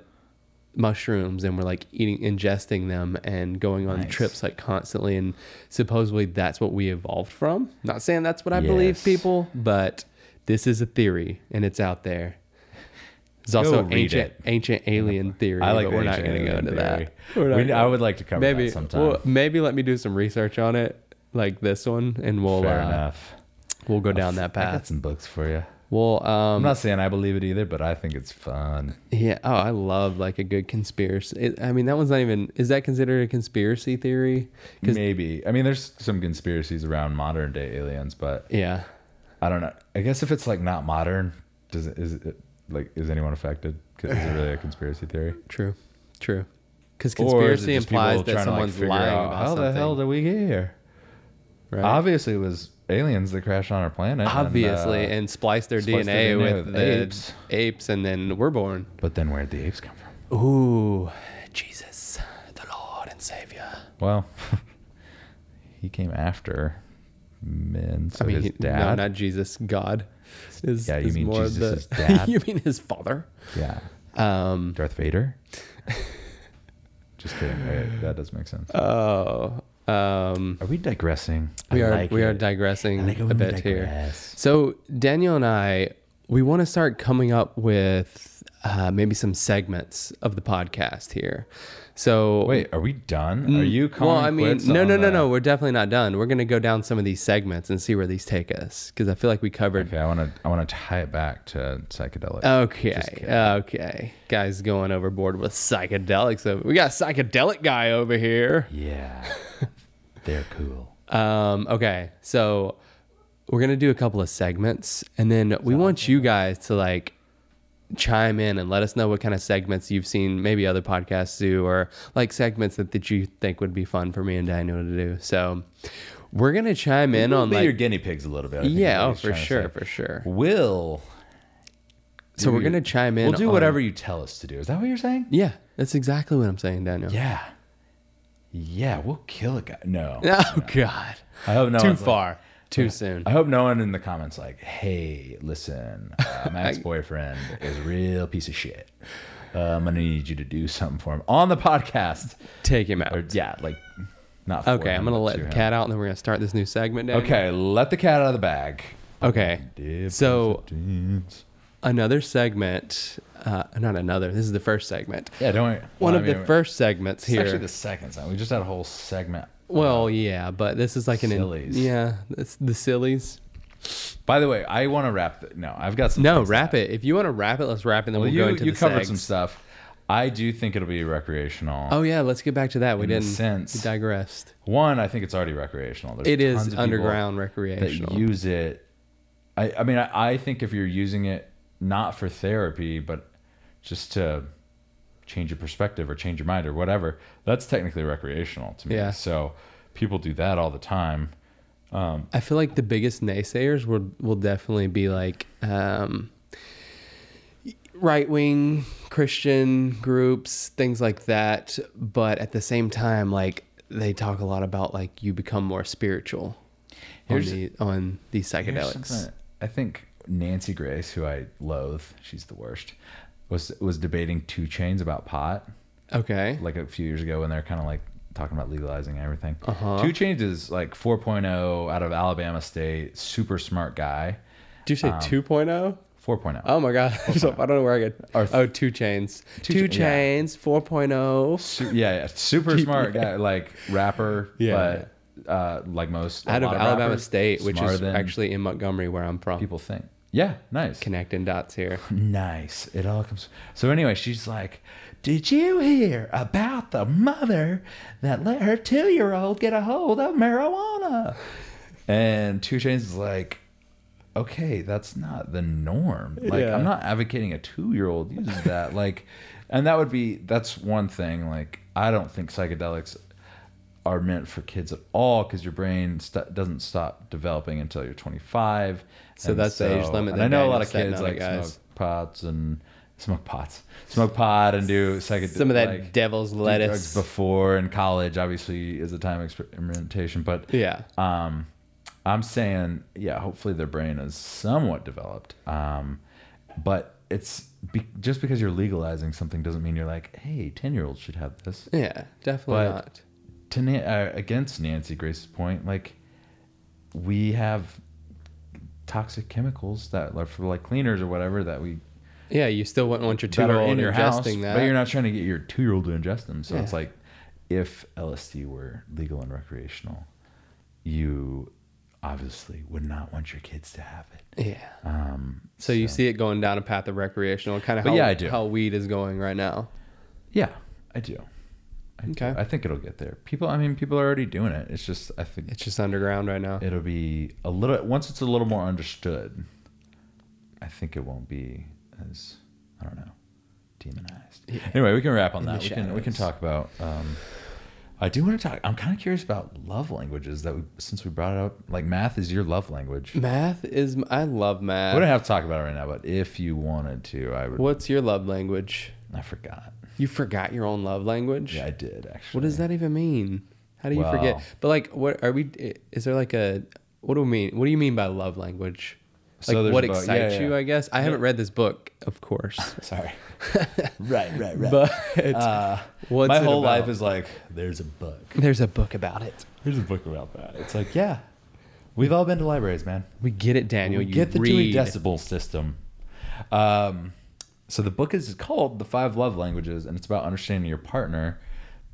Speaker 2: mushrooms and were like eating ingesting them and going on
Speaker 3: Nice.
Speaker 2: trips like constantly and supposedly that's what we evolved from. Not saying that's what I believe
Speaker 3: Yes.
Speaker 2: people, but this is a theory and it's out there. It's
Speaker 3: Go
Speaker 2: also
Speaker 3: read
Speaker 2: ancient
Speaker 3: it.
Speaker 2: ancient alien theory,
Speaker 3: I like.
Speaker 2: but
Speaker 3: the
Speaker 2: we're not
Speaker 3: ancient
Speaker 2: going to go
Speaker 3: alien
Speaker 2: into
Speaker 3: theory.
Speaker 2: that. We're not
Speaker 3: We, I
Speaker 2: gonna-
Speaker 3: would like to cover
Speaker 2: maybe
Speaker 3: that sometime.
Speaker 2: well, maybe let me do some research on it, like this one, and we'll
Speaker 3: Fair
Speaker 2: uh,
Speaker 3: enough.
Speaker 2: we'll go down that
Speaker 3: I got
Speaker 2: path.
Speaker 3: some books for you.
Speaker 2: Well,
Speaker 3: I'm
Speaker 2: um,
Speaker 3: not saying I believe it either, but I think it's fun.
Speaker 2: yeah. Oh, I love like a good conspiracy. It, I mean, that one's not even. Is that considered a conspiracy theory? Because
Speaker 3: Maybe. I mean, there's some conspiracies around modern day aliens, but
Speaker 2: yeah,
Speaker 3: I don't know. I guess if it's like not modern, does it, is it like is anyone affected? 'Cause Is it really a conspiracy theory?
Speaker 2: true, true. Because
Speaker 3: Or is it
Speaker 2: conspiracy
Speaker 3: just people
Speaker 2: implies
Speaker 3: trying
Speaker 2: that
Speaker 3: to, like,
Speaker 2: someone's
Speaker 3: figure
Speaker 2: lying
Speaker 3: out,
Speaker 2: about
Speaker 3: how
Speaker 2: something.
Speaker 3: the hell uh, did we get here?
Speaker 2: right?
Speaker 3: Obviously, it was aliens that crashed on our planet. and,
Speaker 2: Obviously, and,
Speaker 3: uh,
Speaker 2: splice their
Speaker 3: splice their
Speaker 2: DNA,
Speaker 3: DNA
Speaker 2: with,
Speaker 3: with
Speaker 2: the
Speaker 3: apes.
Speaker 2: apes, and then we're born.
Speaker 3: but then where'd the apes come from?
Speaker 2: Ooh, Jesus, the Lord and Savior.
Speaker 3: Well, he came after men. So
Speaker 2: I mean,
Speaker 3: his
Speaker 2: he-
Speaker 3: dad.
Speaker 2: no, not Jesus, God. Is,
Speaker 3: Yeah, you
Speaker 2: is
Speaker 3: mean
Speaker 2: more of
Speaker 3: Jesus'
Speaker 2: the-
Speaker 3: dad?
Speaker 2: you mean his father?
Speaker 3: yeah,
Speaker 2: Um,
Speaker 3: Darth Vader. Just kidding. Wait, that does make sense.
Speaker 2: oh, um,
Speaker 3: Are we digressing?
Speaker 2: we
Speaker 3: I
Speaker 2: are
Speaker 3: like
Speaker 2: we are
Speaker 3: it.
Speaker 2: digressing
Speaker 3: I like it
Speaker 2: a
Speaker 3: when we
Speaker 2: bit here.
Speaker 3: digress.
Speaker 2: So Daniel and I, we want to start coming up with uh, maybe some segments of the podcast here. So
Speaker 3: Wait, are we done? Are you calling?
Speaker 2: Mm. well, I mean,
Speaker 3: quits Oh,
Speaker 2: no,
Speaker 3: on
Speaker 2: no, no,
Speaker 3: the-
Speaker 2: no. We're definitely not done. We're gonna go down some of these segments and see where these take us because I feel like we covered
Speaker 3: Okay, I want to. I want to tie it back to psychedelics.
Speaker 2: Uh, Okay. Okay. Guys going overboard with psychedelics. So We got a psychedelic guy over here.
Speaker 3: Yeah, they're cool.
Speaker 2: Um, okay. So we're going to do a couple of segments and then we want you guys to like chime in and let us know what kind of segments you've seen maybe other podcasts do or like segments that, that you think would be fun for me and Daniel to do. So we're going to chime in on
Speaker 3: be your
Speaker 2: like,
Speaker 3: guinea pigs a little bit. I think is
Speaker 2: yeah,
Speaker 3: what
Speaker 2: oh,
Speaker 3: he's
Speaker 2: for
Speaker 3: trying to
Speaker 2: sure.
Speaker 3: say.
Speaker 2: For sure.
Speaker 3: We'll
Speaker 2: So we're going to chime in.
Speaker 3: we'll do
Speaker 2: on-
Speaker 3: whatever you tell us to do. Is that what you're saying?
Speaker 2: Yeah. That's exactly what I'm saying, Daniel.
Speaker 3: Yeah, yeah. We'll kill a guy. No,
Speaker 2: Oh God.
Speaker 3: I hope no.
Speaker 2: Too
Speaker 3: one's like-
Speaker 2: far. Too soon.
Speaker 3: I hope no one in the comments like, hey, listen, uh, my ex boyfriend is a real piece of shit. Uh, I'm gonna need you to do something for him on the podcast.
Speaker 2: Take him out.
Speaker 3: Or yeah, like not. For
Speaker 2: Okay,
Speaker 3: him,
Speaker 2: I'm gonna
Speaker 3: but
Speaker 2: let
Speaker 3: to
Speaker 2: the
Speaker 3: him.
Speaker 2: cat out, and then we're gonna start this new segment. Daniel.
Speaker 3: Okay, let the cat out of the bag.
Speaker 2: Okay. So another segment, uh, not another. This is the first segment.
Speaker 3: yeah, don't worry.
Speaker 2: One
Speaker 3: Well,
Speaker 2: of
Speaker 3: I mean,
Speaker 2: the first segments
Speaker 3: It's
Speaker 2: here.
Speaker 3: actually the second time. We just had a whole segment.
Speaker 2: well, yeah, but this is like an
Speaker 3: Sillies.
Speaker 2: yeah, it's the sillies.
Speaker 3: By the way, I want to wrap. The, no, I've got some.
Speaker 2: No,
Speaker 3: things to
Speaker 2: wrap it. If you want to wrap it, let's wrap it. And then
Speaker 3: Well,
Speaker 2: we'll
Speaker 3: you
Speaker 2: go into
Speaker 3: you
Speaker 2: the
Speaker 3: covered
Speaker 2: segs.
Speaker 3: some stuff. I do think it'll be recreational.
Speaker 2: Oh yeah, let's get back to that. We
Speaker 3: the
Speaker 2: didn't.
Speaker 3: sense-
Speaker 2: we digressed.
Speaker 3: One, I think it's already recreational. There's
Speaker 2: It
Speaker 3: tons of
Speaker 2: is
Speaker 3: people
Speaker 2: underground
Speaker 3: that
Speaker 2: recreational.
Speaker 3: use it. I, I mean, I, I think if you're using it not for therapy, but just to change your perspective or change your mind or whatever, that's technically recreational to me.
Speaker 2: Yeah.
Speaker 3: So people do that all the time.
Speaker 2: I feel like the biggest naysayers will will definitely be like um, right wing Christian groups, things like that. But at the same time, like they talk a lot about like you become more spiritual on,
Speaker 3: Here's-
Speaker 2: the, on these
Speaker 3: Here's
Speaker 2: psychedelics.
Speaker 3: something I think Nancy Grace, who I loathe, she's the worst, was was debating two chains about pot
Speaker 2: Okay.
Speaker 3: like a few years ago when they're kind of like talking about legalizing everything. Two chains is like 4.0 out of Alabama State, super smart guy.
Speaker 2: Did you
Speaker 3: Um,
Speaker 2: say 2.0?
Speaker 3: 4.0.
Speaker 2: Oh my God. So, I don't know where I get.
Speaker 3: Or-
Speaker 2: oh, two chains. Two,
Speaker 3: Two Cha- yeah.
Speaker 2: chains, oh. 4.0.
Speaker 3: Su- yeah, yeah, super smart guy, like rapper,
Speaker 2: Yeah.
Speaker 3: but uh, like most a
Speaker 2: Out of
Speaker 3: lot
Speaker 2: Alabama
Speaker 3: rappers,
Speaker 2: State, which
Speaker 3: smarter
Speaker 2: is
Speaker 3: than
Speaker 2: actually in Montgomery, where I'm from.
Speaker 3: people think. Yeah, nice.
Speaker 2: Connecting dots here.
Speaker 3: Nice. It all comes. So anyway, she's like, "Did you hear about the mother that let her two-year-old get a hold of marijuana?" And Two Chains is like, "Okay, that's not the norm. Like,
Speaker 2: Yeah.
Speaker 3: I'm not advocating a two-year-old uses that. Like, and that would be that's one thing. Like, I don't think psychedelics." Are meant for kids at all because your brain st- doesn't stop developing until you're 25.
Speaker 2: So that's the age limit
Speaker 3: And
Speaker 2: that
Speaker 3: I know a lot
Speaker 2: Daniel's
Speaker 3: of
Speaker 2: setting
Speaker 3: kids
Speaker 2: on it,
Speaker 3: like
Speaker 2: guys.
Speaker 3: smoke pots and smoke pots, smoke pot and do psychedelic.
Speaker 2: Some of that
Speaker 3: like,
Speaker 2: devil's
Speaker 3: do drugs
Speaker 2: lettuce.
Speaker 3: before in college, obviously, is a time of experimentation. But
Speaker 2: Yeah.
Speaker 3: um, I'm saying, yeah, hopefully their brain is somewhat developed. Um, but it's be- just because you're legalizing something doesn't mean you're like, hey, ten year olds should have this
Speaker 2: Yeah, definitely
Speaker 3: but
Speaker 2: not.
Speaker 3: to Na- uh, against Nancy Grace's point, like we have toxic chemicals that are for like cleaners or whatever that we
Speaker 2: Yeah, you still wouldn't want your two
Speaker 3: that
Speaker 2: year
Speaker 3: are
Speaker 2: old
Speaker 3: in your
Speaker 2: ingesting
Speaker 3: house,
Speaker 2: that.
Speaker 3: but you're not trying to get your two year old to ingest them. So it's
Speaker 2: Yeah.
Speaker 3: like if LSD were legal and recreational, you obviously would not want your kids to have it.
Speaker 2: yeah. so, you see it going down a path of recreational, kind of
Speaker 3: Um, But
Speaker 2: how,
Speaker 3: yeah, I do.
Speaker 2: how weed is going right now.
Speaker 3: Yeah, I do. I do.
Speaker 2: Okay.
Speaker 3: I think it'll get there. People, I mean, people are already doing it. It's just, I think
Speaker 2: It's just underground right now.
Speaker 3: it'll be a little once it's a little more understood i think it won't be as i don't know demonized anyway we can wrap on
Speaker 2: In
Speaker 3: that
Speaker 2: the
Speaker 3: we can, we can
Speaker 2: shadows.
Speaker 3: talk about um, i do want to talk i'm kind of curious about love languages that we, since we brought it up like math is your love language
Speaker 2: Math is, I love math.
Speaker 3: we don't have to talk about it right now but if you wanted to i would
Speaker 2: What's your love language?
Speaker 3: i forgot
Speaker 2: You forgot your own love language?
Speaker 3: yeah i did actually
Speaker 2: What does that even mean? How do you
Speaker 3: Wow.
Speaker 2: forget? But like, what are we? Is there like a? What do we mean? What do you mean by love language?
Speaker 3: So
Speaker 2: Like
Speaker 3: there's
Speaker 2: what
Speaker 3: about- yeah,
Speaker 2: excites
Speaker 3: yeah.
Speaker 2: you? I guess I haven't read this book, of course.
Speaker 3: sorry right right right
Speaker 2: But Uh, what's
Speaker 3: Uh, my
Speaker 2: it
Speaker 3: whole
Speaker 2: about?
Speaker 3: life is like there's a book
Speaker 2: there's a book about it.
Speaker 3: Here's a book about that. It's like, yeah, we've all been to libraries, man.
Speaker 2: We get it, Daniel.
Speaker 3: We
Speaker 2: you
Speaker 3: get the Dewey
Speaker 2: read.
Speaker 3: Decibel System. Um, so the book is called The Five Love Languages, and it's about understanding your partner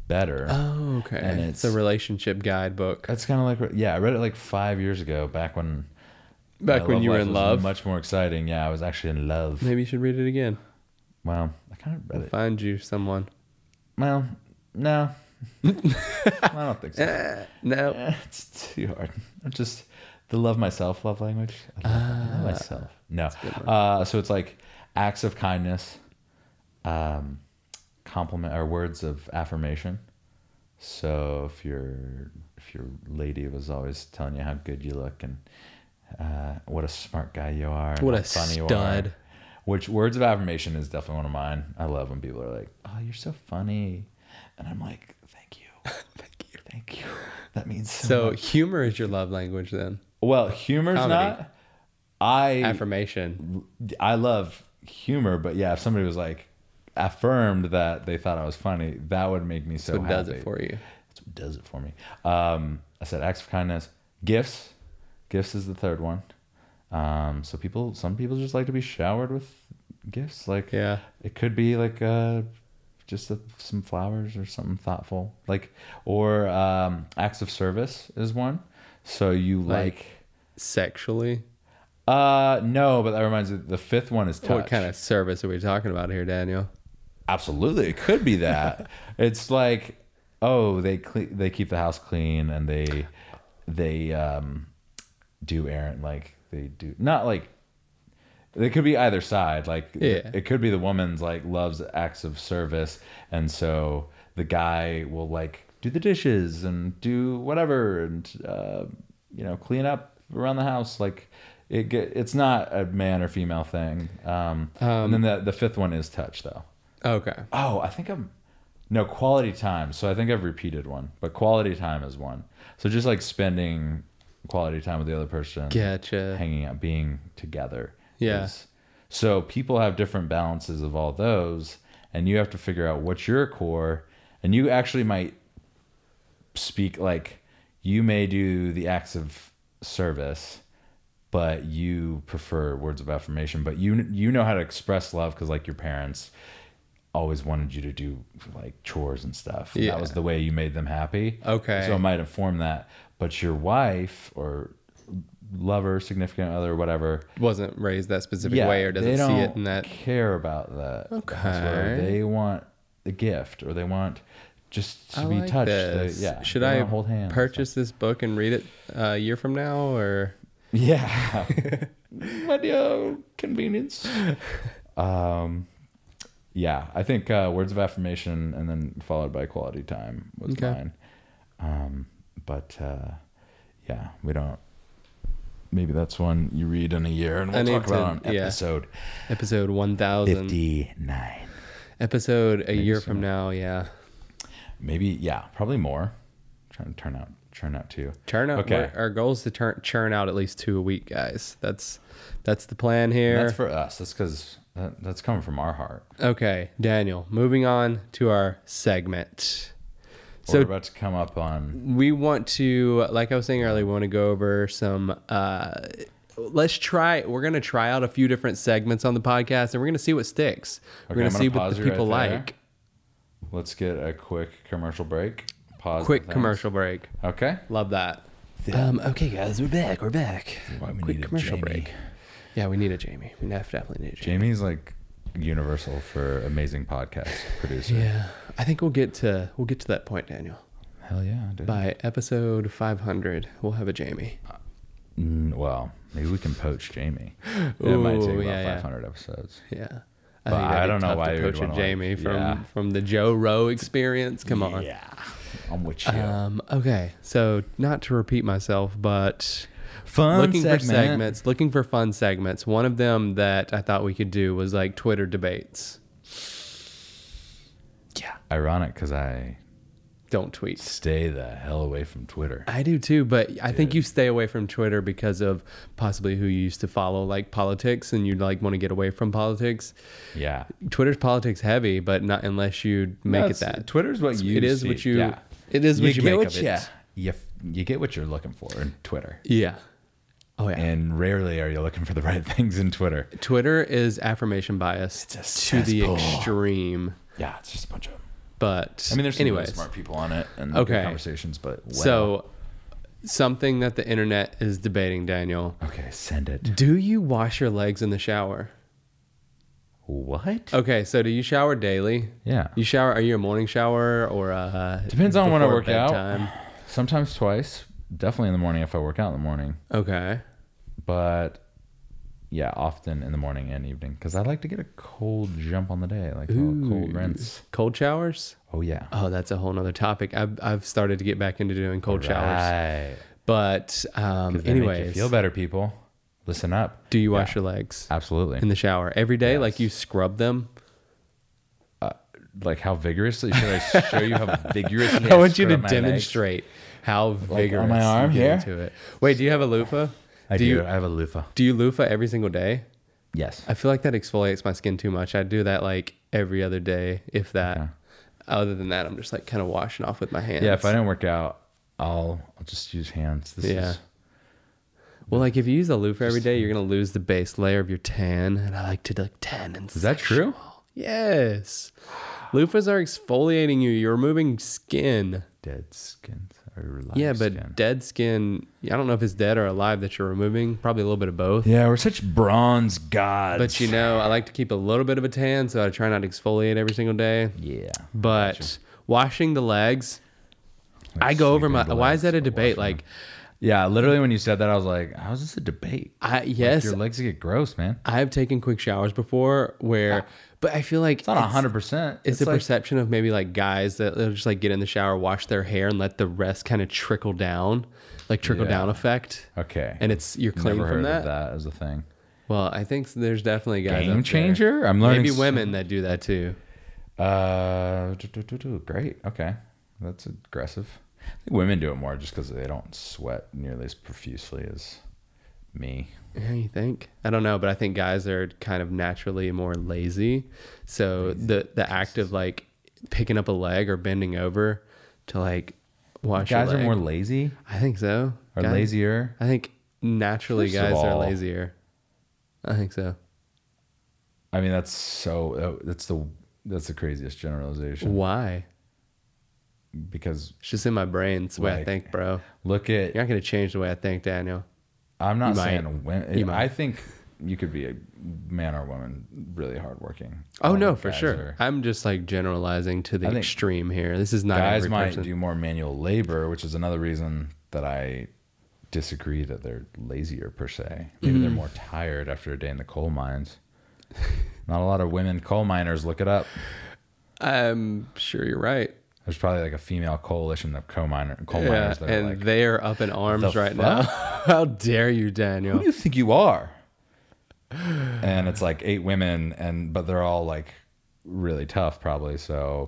Speaker 3: better.
Speaker 2: Oh, okay.
Speaker 3: And
Speaker 2: it's,
Speaker 3: it's-
Speaker 2: a relationship guidebook.
Speaker 3: That's kind of like, yeah, I read it like five years ago, back when.
Speaker 2: Back
Speaker 3: my
Speaker 2: when you were
Speaker 3: life
Speaker 2: in
Speaker 3: was
Speaker 2: love.
Speaker 3: Much more exciting. Yeah, I was actually in love.
Speaker 2: Maybe you should read it again.
Speaker 3: Wow, I kind of read it.
Speaker 2: Find you someone.
Speaker 3: Well, no. I don't think so.
Speaker 2: No.
Speaker 3: Eh, it's too hard. I'm just the love myself love language. I love, I
Speaker 2: Ah.
Speaker 3: love myself. No. Uh, so it's like acts of kindness, um, compliment or words of affirmation. So if your if your lady was always telling you how good you look and uh, what a smart guy you are, and
Speaker 2: What
Speaker 3: how
Speaker 2: a
Speaker 3: funny you
Speaker 2: stud.
Speaker 3: are. Which words of affirmation is definitely one of mine. I love when people are like, "Oh, you're so funny," and I'm like, "Thank you, thank you, thank you." That means so.
Speaker 2: So
Speaker 3: much."
Speaker 2: humor is your love language then.
Speaker 3: well, humor's
Speaker 2: Comedy.
Speaker 3: not. I
Speaker 2: Affirmation.
Speaker 3: I love humor, but yeah, if somebody was like affirmed that they thought I was funny, that would make me so
Speaker 2: That's what does
Speaker 3: happy.
Speaker 2: it for you.
Speaker 3: That's what does it for me. Um, I said acts of kindness, gifts. Gifts is the third one. Um, so people, some people just like to be showered with gifts. Like
Speaker 2: Yeah.
Speaker 3: it could be like uh, just a, some flowers or something thoughtful. Like or um, acts of service is one. So you like.
Speaker 2: Like- Sexually.
Speaker 3: uh no, but that reminds me. The fifth one is touch.
Speaker 2: What kind of service are we talking about here, Daniel?
Speaker 3: Absolutely, it could be that. it's like, oh, they cle- they keep the house clean and they they um, do errand like they do not like. It could be either side. Like
Speaker 2: Yeah.
Speaker 3: it could be the woman's like loves acts of service, and so the guy will like do the dishes and do whatever and uh, you know clean up around the house. Like It ge- it's not a man or female thing. Um, and then the the fifth one is touch though.
Speaker 2: Okay.
Speaker 3: Oh, I think I'm no quality time. So I think I've repeated one, but quality time is one. So just like spending quality time with the other person,
Speaker 2: Gotcha.
Speaker 3: hanging out, being together.
Speaker 2: Yeah.
Speaker 3: is- So people have different balances of all those, and you have to figure out what's your core, and you actually might speak like you may do the acts of service but you prefer words of affirmation but you you know how to express love because like your parents always wanted you to do like chores and stuff and
Speaker 2: Yeah.
Speaker 3: that was the way you made them happy
Speaker 2: Okay.
Speaker 3: so it might inform that but your wife or lover significant other whatever
Speaker 2: Wasn't raised that specific way or doesn't
Speaker 3: they
Speaker 2: see it
Speaker 3: don't
Speaker 2: in that.
Speaker 3: care about that. That's where
Speaker 2: Okay.
Speaker 3: they want the gift or they want just to
Speaker 2: I
Speaker 3: be
Speaker 2: like
Speaker 3: touched. They,
Speaker 2: this.
Speaker 3: yeah.
Speaker 2: Should
Speaker 3: they
Speaker 2: I
Speaker 3: wanna hold hands?
Speaker 2: purchase this book and read it uh, a year from now or?
Speaker 3: Yeah. At your convenience. Um, yeah, I think uh, words of affirmation and then followed by quality time was
Speaker 2: Okay.
Speaker 3: mine. Um, but uh, yeah, we don't. Maybe that's one you read in a year, and
Speaker 2: I
Speaker 3: we'll
Speaker 2: need
Speaker 3: talk about it
Speaker 2: to-
Speaker 3: on
Speaker 2: yeah.
Speaker 3: episode
Speaker 2: Episode 1000.
Speaker 3: fifty-nine.
Speaker 2: Episode a year
Speaker 3: so.
Speaker 2: from now, yeah.
Speaker 3: Maybe yeah, probably more. Trying to turn out, turn out too.
Speaker 2: Churn out.
Speaker 3: Okay.
Speaker 2: we're- Our goal is to turn churn out at least two a week, guys. That's that's the plan here.
Speaker 3: That's for us. That's because that, that's coming from our heart.
Speaker 2: okay, Daniel. Moving on to our segment. So-
Speaker 3: We're about to come up on
Speaker 2: we want to like i was saying earlier we want to go over some uh let's try we're going to try out a few different segments on the podcast and we're going to see what sticks
Speaker 3: Okay,
Speaker 2: we're going
Speaker 3: I'm
Speaker 2: to
Speaker 3: gonna
Speaker 2: see what
Speaker 3: pause
Speaker 2: the
Speaker 3: you right
Speaker 2: people
Speaker 3: there.
Speaker 2: like
Speaker 3: Let's get a quick commercial break. Pause.
Speaker 2: quick
Speaker 3: and things.
Speaker 2: commercial break
Speaker 3: Okay.
Speaker 2: love that
Speaker 1: Um, okay, guys, we're back. We're back.
Speaker 2: quick commercial break yeah we need a jamie we def- definitely need a jamie
Speaker 3: Jamie's like universal for amazing podcast producer.
Speaker 2: yeah i think we'll get to we'll get to that point daniel
Speaker 3: Hell yeah, dude.
Speaker 2: by episode 500 we'll have a jamie
Speaker 3: Mm, well, maybe we can poach Jamie. it might take
Speaker 2: Ooh,
Speaker 3: about
Speaker 2: yeah, yeah.
Speaker 3: 500 episodes.
Speaker 2: yeah
Speaker 3: But
Speaker 2: think that'd
Speaker 3: I
Speaker 2: be
Speaker 3: don't know
Speaker 2: tough
Speaker 3: why
Speaker 2: to
Speaker 3: you'd
Speaker 2: poach a
Speaker 3: wanna, like-
Speaker 2: Jamie from
Speaker 3: yeah.
Speaker 2: from the Joe Rowe experience. Come on,
Speaker 3: Yeah. I'm with you.
Speaker 2: Um, okay, so not to repeat myself, but
Speaker 3: Fun
Speaker 2: looking
Speaker 3: segment.
Speaker 2: for segments, looking for fun segments. One of them that I thought we could do was like Twitter debates.
Speaker 3: Ironic because I
Speaker 2: Don't tweet.
Speaker 3: stay the hell away from Twitter.
Speaker 2: I do too, but I think you stay away from Twitter because of possibly who you used to follow, like politics, and you like want to get away from politics.
Speaker 3: Yeah.
Speaker 2: Twitter's politics heavy, but not unless you make it
Speaker 3: That's-
Speaker 2: that.
Speaker 3: Twitter's what you
Speaker 2: it is what
Speaker 3: see.
Speaker 2: you.
Speaker 3: Yeah.
Speaker 2: It is what you,
Speaker 3: get
Speaker 2: make
Speaker 3: what
Speaker 2: of it.
Speaker 3: you, you f- you get what you're looking for in Twitter.
Speaker 2: Yeah. Oh yeah.
Speaker 3: And rarely are you looking for the right things in Twitter.
Speaker 2: Twitter is affirmation bias
Speaker 3: It's a
Speaker 2: to the
Speaker 3: cesspool.
Speaker 2: extreme.
Speaker 3: Yeah, it's just a bunch of.
Speaker 2: But
Speaker 3: I mean, there's some really
Speaker 2: anyways,
Speaker 3: smart people on it and
Speaker 2: Okay.
Speaker 3: good conversations, but wow.
Speaker 2: so something that the internet is debating, Daniel.
Speaker 3: okay, send it.
Speaker 2: Do you wash your legs in the shower?
Speaker 3: What?
Speaker 2: Okay, so do you shower daily?
Speaker 3: Yeah,
Speaker 2: You shower? Are you a morning shower or a
Speaker 3: depends on when I
Speaker 2: before
Speaker 3: work
Speaker 2: bedtime?
Speaker 3: out. Sometimes twice, definitely in the morning if I work out in the morning,
Speaker 2: Okay,
Speaker 3: but yeah, often in the morning and evening because I like to get a cold jump on the day, like a little cold rinse.
Speaker 2: cold showers.
Speaker 3: Oh yeah,
Speaker 2: Oh, that's a whole nother topic. I've I've started to get back into doing cold showers,
Speaker 3: Right.
Speaker 2: but um,
Speaker 3: They make you
Speaker 2: anyways,
Speaker 3: feel better, people. Listen up.
Speaker 2: do you
Speaker 3: Yeah,
Speaker 2: wash your legs
Speaker 3: Absolutely.
Speaker 2: in the shower every day? Like you scrub them?
Speaker 3: like how vigorously should I show you how vigorously?
Speaker 2: I want you to
Speaker 3: scrub my legs?
Speaker 2: demonstrate how vigorous
Speaker 3: my arm
Speaker 2: you get
Speaker 3: here?
Speaker 2: into it. Wait, do you have a loofah?
Speaker 3: I
Speaker 2: do
Speaker 3: do.
Speaker 2: you
Speaker 3: I have a loofah.
Speaker 2: do you loofah every single day?
Speaker 3: Yes.
Speaker 2: I feel like that exfoliates my skin too much. I do that like every other day, if that.
Speaker 3: Okay.
Speaker 2: Other than that, I'm just like kind of washing off with my hands.
Speaker 3: Yeah. If I don't work out, I'll I'll just use hands. This
Speaker 2: Yeah.
Speaker 3: is
Speaker 2: well, like if you use a loofah every day, you're gonna lose the base layer of your tan, and I like to like tan and.
Speaker 3: is that true?
Speaker 2: Yes, loofahs are exfoliating you. You're removing skin.
Speaker 3: Dead skins or live
Speaker 2: Yeah, but
Speaker 3: skin.
Speaker 2: dead skin. I don't know if it's dead or alive that you're removing. Probably a little bit of both.
Speaker 3: yeah, we're such bronze gods.
Speaker 2: But you know, I like to keep a little bit of a tan, so I try not to exfoliate every single day.
Speaker 3: yeah,
Speaker 2: But washing the legs, I
Speaker 3: Like
Speaker 2: go over my.
Speaker 3: sleeping
Speaker 2: Why
Speaker 3: legs,
Speaker 2: is that a
Speaker 3: but
Speaker 2: debate?
Speaker 3: washing
Speaker 2: Like,
Speaker 3: Yeah, literally when you said that, I was like, "How is this a debate?"
Speaker 2: I, yes,
Speaker 3: Your legs get gross, man.
Speaker 2: I've taken quick showers before where, but I feel like
Speaker 3: Ah. It's not hundred percent.
Speaker 2: it's, a
Speaker 3: like,
Speaker 2: perception of maybe like guys that they'll just like get in the shower, wash their hair, and let the rest kind of trickle down, like trickle
Speaker 3: Yeah.
Speaker 2: down effect.
Speaker 3: Okay,
Speaker 2: And it's you're clean
Speaker 3: never
Speaker 2: from
Speaker 3: heard
Speaker 2: that.
Speaker 3: of that as a thing.
Speaker 2: Well, I think there's definitely guys. out
Speaker 3: Game
Speaker 2: there.
Speaker 3: changer. I'm learning.
Speaker 2: Maybe
Speaker 3: s-
Speaker 2: women that do that too.
Speaker 3: Uh, do, do, do, do. great. Okay, that's aggressive. I think women do it more just because they don't sweat nearly as profusely as me.
Speaker 2: Yeah, you think? I don't know, but I think guys are kind of naturally more lazy. So the the act of like picking up a leg or bending over to like wash your
Speaker 3: Guys are
Speaker 2: leg-
Speaker 3: more lazy
Speaker 2: I think so.
Speaker 3: or
Speaker 2: Guys-
Speaker 3: lazier.
Speaker 2: I think naturally
Speaker 3: First of
Speaker 2: guys
Speaker 3: all-
Speaker 2: are lazier. I think so.
Speaker 3: I mean, that's so. oh, That's the that's the craziest generalization
Speaker 2: Why?
Speaker 3: because
Speaker 2: It's just in my brain. It's the way I
Speaker 3: Like-
Speaker 2: think, bro.
Speaker 3: look at
Speaker 2: You're not gonna change the way I think, Daniel.
Speaker 3: I'm not
Speaker 2: You might.
Speaker 3: saying
Speaker 2: You
Speaker 3: women.
Speaker 2: might.
Speaker 3: I think you could be a man or woman really hardworking. I
Speaker 2: Oh
Speaker 3: don't
Speaker 2: no,
Speaker 3: think
Speaker 2: for
Speaker 3: guys
Speaker 2: sure.
Speaker 3: are-
Speaker 2: I'm just like generalizing to the
Speaker 3: I think
Speaker 2: extreme here. This is not
Speaker 3: guys
Speaker 2: every
Speaker 3: might
Speaker 2: person.
Speaker 3: do more manual labor, which is another reason that I disagree that they're lazier per se. Maybe
Speaker 2: Mm.
Speaker 3: they're more tired after a day in the coal mines. Not a lot of women coal miners. Look it up.
Speaker 2: I'm sure you're right.
Speaker 3: There's probably like a female coalition of coal miner coal
Speaker 2: Yeah,
Speaker 3: miners. That
Speaker 2: and
Speaker 3: are like,
Speaker 2: they are up in arms
Speaker 3: "The
Speaker 2: right now. How dare you, Daniel?
Speaker 3: who do you think you are? And it's like eight women, and but they're all like really tough, probably. So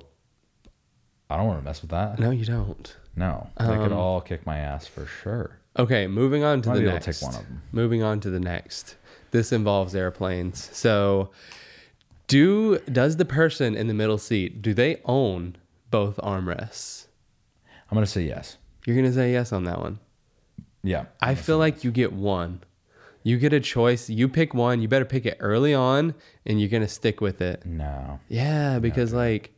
Speaker 3: I don't want to mess with that.
Speaker 2: no, you don't.
Speaker 3: No, they
Speaker 2: Um.
Speaker 3: could all kick my ass for sure.
Speaker 2: Okay, moving on to
Speaker 3: Might
Speaker 2: the
Speaker 3: be able
Speaker 2: next.
Speaker 3: to take one of them.
Speaker 2: Moving on to the next. This involves airplanes. So, do does the person in the middle seat do they own both armrests?
Speaker 3: I'm gonna say yes.
Speaker 2: You're gonna say yes on that one.
Speaker 3: Yeah,
Speaker 2: I feel like you get one. You get a choice. You pick one. You better pick it early on, and you're gonna stick with it.
Speaker 3: No.
Speaker 2: Yeah, because like,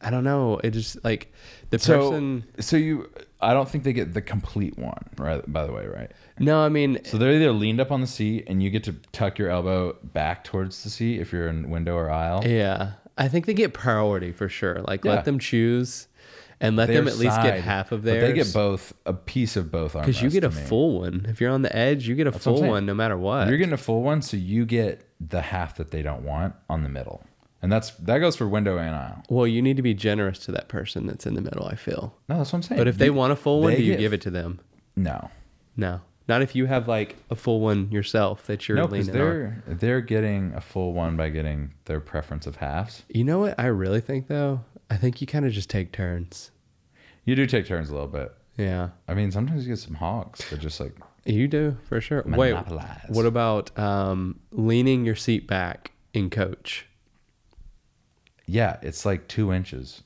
Speaker 2: I don't know. It just like the
Speaker 3: So,
Speaker 2: person.
Speaker 3: so you, I don't think they get the complete one, right? By the way, right?
Speaker 2: No, I mean,
Speaker 3: So they're either leaned up on the seat, and you get to tuck your elbow back towards the seat if you're in window or aisle.
Speaker 2: yeah. I think they get priority for sure. Like,
Speaker 3: Yeah.
Speaker 2: let them choose, and let them
Speaker 3: Their
Speaker 2: at least get
Speaker 3: side,
Speaker 2: half of
Speaker 3: but
Speaker 2: theirs.
Speaker 3: They get both a piece of both armrests.
Speaker 2: because you get a
Speaker 3: to me.
Speaker 2: full one. If you're on the edge, you get a
Speaker 3: what I'm
Speaker 2: full
Speaker 3: saying.
Speaker 2: one no matter what.
Speaker 3: You're getting a full one, so you get the half that they don't want on the middle, and that's that goes for window and aisle.
Speaker 2: well, you need to be generous to that person that's in the middle. I feel.
Speaker 3: No, that's what I'm saying.
Speaker 2: But if they
Speaker 3: You-
Speaker 2: want a full one,
Speaker 3: they
Speaker 2: do you
Speaker 3: get-
Speaker 2: give it to them?
Speaker 3: no,
Speaker 2: No, not if you have like a full one yourself that you're
Speaker 3: no, because
Speaker 2: leaning on.
Speaker 3: they're they're getting a full one by getting their preference of halves.
Speaker 2: You know what I really think though? I think you kind of just take turns.
Speaker 3: You do take turns a little bit.
Speaker 2: Yeah,
Speaker 3: I mean, sometimes you get some hogs. They're just like
Speaker 2: you do for sure.
Speaker 3: Monopolize.
Speaker 2: Wait, what about um, leaning your seat back in coach?
Speaker 3: Yeah, it's like two inches.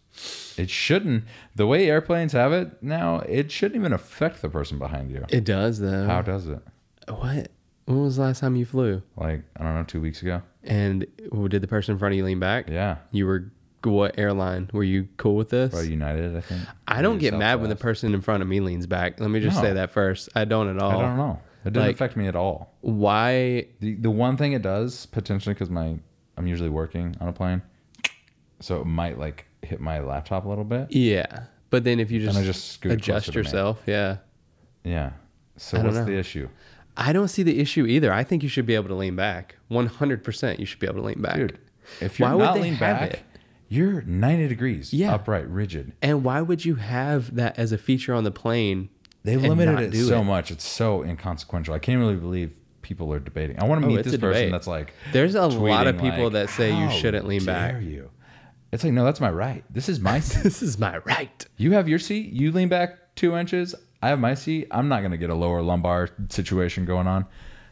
Speaker 3: It shouldn't. The way airplanes have it now, it shouldn't even affect the person behind you.
Speaker 2: It does though.
Speaker 3: How does it?
Speaker 2: What? When was the last time you flew?
Speaker 3: Like I don't know, two weeks ago.
Speaker 2: And well, did the person in front of you lean back?
Speaker 3: Yeah,
Speaker 2: You were what airline? Were you cool with this?
Speaker 3: by United, I think. uh,
Speaker 2: I don't get
Speaker 3: Southwest.
Speaker 2: mad when the person in front of me leans back. Let me just
Speaker 3: No.
Speaker 2: say that first. I don't at all.
Speaker 3: I don't know. It doesn't
Speaker 2: Like-
Speaker 3: affect me at all.
Speaker 2: Why
Speaker 3: The the one thing it does potentially because my I'm usually working on a plane, so it might like hit my laptop a little bit.
Speaker 2: Yeah, but then if you just,
Speaker 3: I just scoot closer
Speaker 2: adjust
Speaker 3: to me.
Speaker 2: yourself, yeah,
Speaker 3: Yeah. So
Speaker 2: I don't
Speaker 3: what's
Speaker 2: know.
Speaker 3: the issue,
Speaker 2: I don't see the issue either. I think you should be able to lean back. One hundred percent, you should be able to lean back.
Speaker 3: dude? If you're
Speaker 2: Why would
Speaker 3: not
Speaker 2: they
Speaker 3: leaning
Speaker 2: have
Speaker 3: back,
Speaker 2: it?
Speaker 3: you're 90 degrees,
Speaker 2: Yeah.
Speaker 3: upright, rigid.
Speaker 2: And why would you have that as a feature on the plane?
Speaker 3: They've
Speaker 2: and
Speaker 3: limited
Speaker 2: not
Speaker 3: it
Speaker 2: do
Speaker 3: so much. It's so inconsequential. I can't really believe people are debating. I want to
Speaker 2: Oh,
Speaker 3: meet
Speaker 2: it's
Speaker 3: this
Speaker 2: a
Speaker 3: person
Speaker 2: debate.
Speaker 3: that's like.
Speaker 2: There's a lot of
Speaker 3: tweeting,
Speaker 2: people
Speaker 3: like,
Speaker 2: that say you
Speaker 3: "How
Speaker 2: shouldn't lean
Speaker 3: dare
Speaker 2: back.
Speaker 3: you?" It's like, no, that's my right. This is my seat.
Speaker 2: This is my right.
Speaker 3: you have your seat. You lean back two inches. I have my seat. I'm not going to get a lower lumbar situation going on.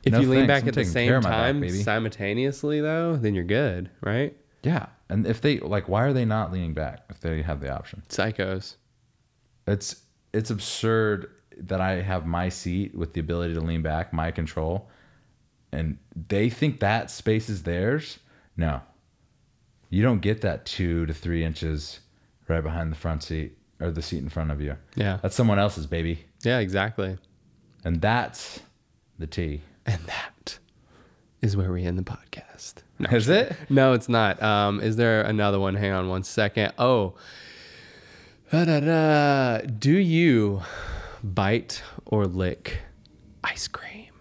Speaker 2: If
Speaker 3: No
Speaker 2: you lean
Speaker 3: thanks.
Speaker 2: back
Speaker 3: I'm
Speaker 2: at the
Speaker 3: taking care
Speaker 2: same
Speaker 3: of my back,
Speaker 2: time
Speaker 3: baby.
Speaker 2: simultaneously, though, then you're good, right?
Speaker 3: yeah. And if they like, why are they not leaning back if they have the option?
Speaker 2: Psychos.
Speaker 3: It's it's absurd that I have my seat with the ability to lean back, my control, and they think that space is theirs. No, you don't get that two to three inches right behind the front seat or the seat in front of you.
Speaker 2: Yeah.
Speaker 3: That's someone else's baby,
Speaker 2: Yeah, exactly.
Speaker 3: and that's the T.
Speaker 2: And that is where we end the podcast.
Speaker 3: Is it?
Speaker 2: No, it's not. Um, is there another one? Hang on one second. Oh, Da-da-da. do you Bite or lick ice cream.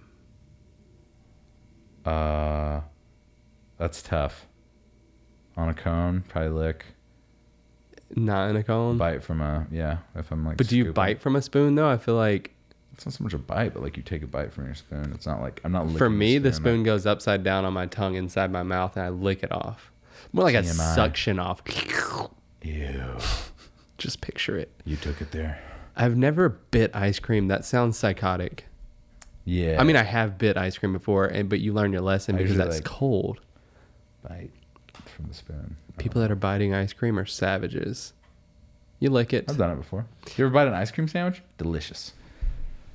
Speaker 3: Uh, that's tough. On a cone, probably lick.
Speaker 2: Not in a cone.
Speaker 3: Bite from a yeah. If I'm like,
Speaker 2: Mm-hmm. but do you
Speaker 3: scooping.
Speaker 2: bite from a spoon though? I feel like
Speaker 3: It's not so much a bite, but like you take a bite from your spoon. It's not like I'm not.
Speaker 2: for
Speaker 3: licking
Speaker 2: me the
Speaker 3: I'm
Speaker 2: spoon goes upside down on my tongue inside my mouth and I lick it off. More like a
Speaker 3: TMI.
Speaker 2: suction off.
Speaker 3: not-
Speaker 2: Just picture it.
Speaker 3: Ew, you took it there.
Speaker 2: I've never bit ice cream. That sounds psychotic.
Speaker 3: Yeah.
Speaker 2: I mean, I have bit ice cream before, and but you learn your lesson
Speaker 3: I
Speaker 2: because
Speaker 3: usually,
Speaker 2: that's
Speaker 3: like-
Speaker 2: cold.
Speaker 3: bite from the spoon.
Speaker 2: People that are biting ice cream are savages. You lick it.
Speaker 3: I've done it before. You ever bite an ice cream sandwich? Delicious.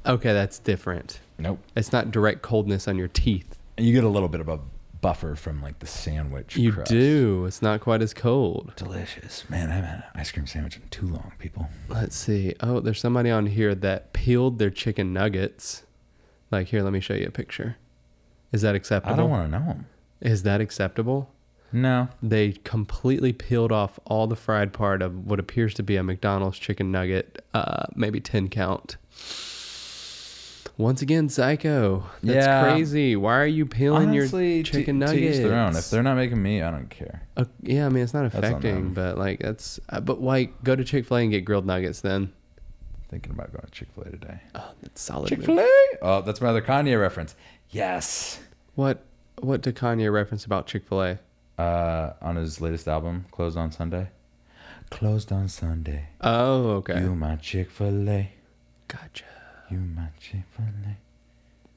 Speaker 2: Okay, that's different.
Speaker 3: Nope.
Speaker 2: It's not direct coldness on your teeth.
Speaker 3: And you get a little bit of a buffer from like the sandwich.
Speaker 2: You
Speaker 3: crust.
Speaker 2: do. It's not quite as cold.
Speaker 3: Delicious, man. I haven't had an ice cream sandwich in too long, people.
Speaker 2: Let's see. Oh, there's somebody on here that peeled their chicken nuggets. Like, here, let me show you a picture. Is that acceptable?
Speaker 3: I don't want to know them.
Speaker 2: Is that acceptable?
Speaker 3: No.
Speaker 2: They completely peeled off all the fried part of what appears to be a McDonald's chicken nugget, uh, maybe 10 count. Once again, psycho. That's
Speaker 3: Yeah.
Speaker 2: crazy. Why are you peeling
Speaker 3: Honestly,
Speaker 2: your
Speaker 3: to-
Speaker 2: chicken
Speaker 3: to
Speaker 2: nuggets?
Speaker 3: each their own. If they're not making me, I don't care.
Speaker 2: Uh, yeah, I mean, it's not
Speaker 3: on them.
Speaker 2: affecting, but like, that's, uh, but like, go to Chick fil A and get grilled nuggets then.
Speaker 3: Thinking about going to Chick Fil A today.
Speaker 2: Oh, that's solid. move.
Speaker 3: Chick Fil A. Oh, that's my other Kanye reference. Yes.
Speaker 2: What what did Kanye reference about Chick Fil A?
Speaker 3: Uh, on his latest album, Closed on Sunday. Closed on Sunday.
Speaker 2: Oh, okay.
Speaker 3: You my Chick Fil A.
Speaker 2: gotcha.
Speaker 3: You my Chick Fil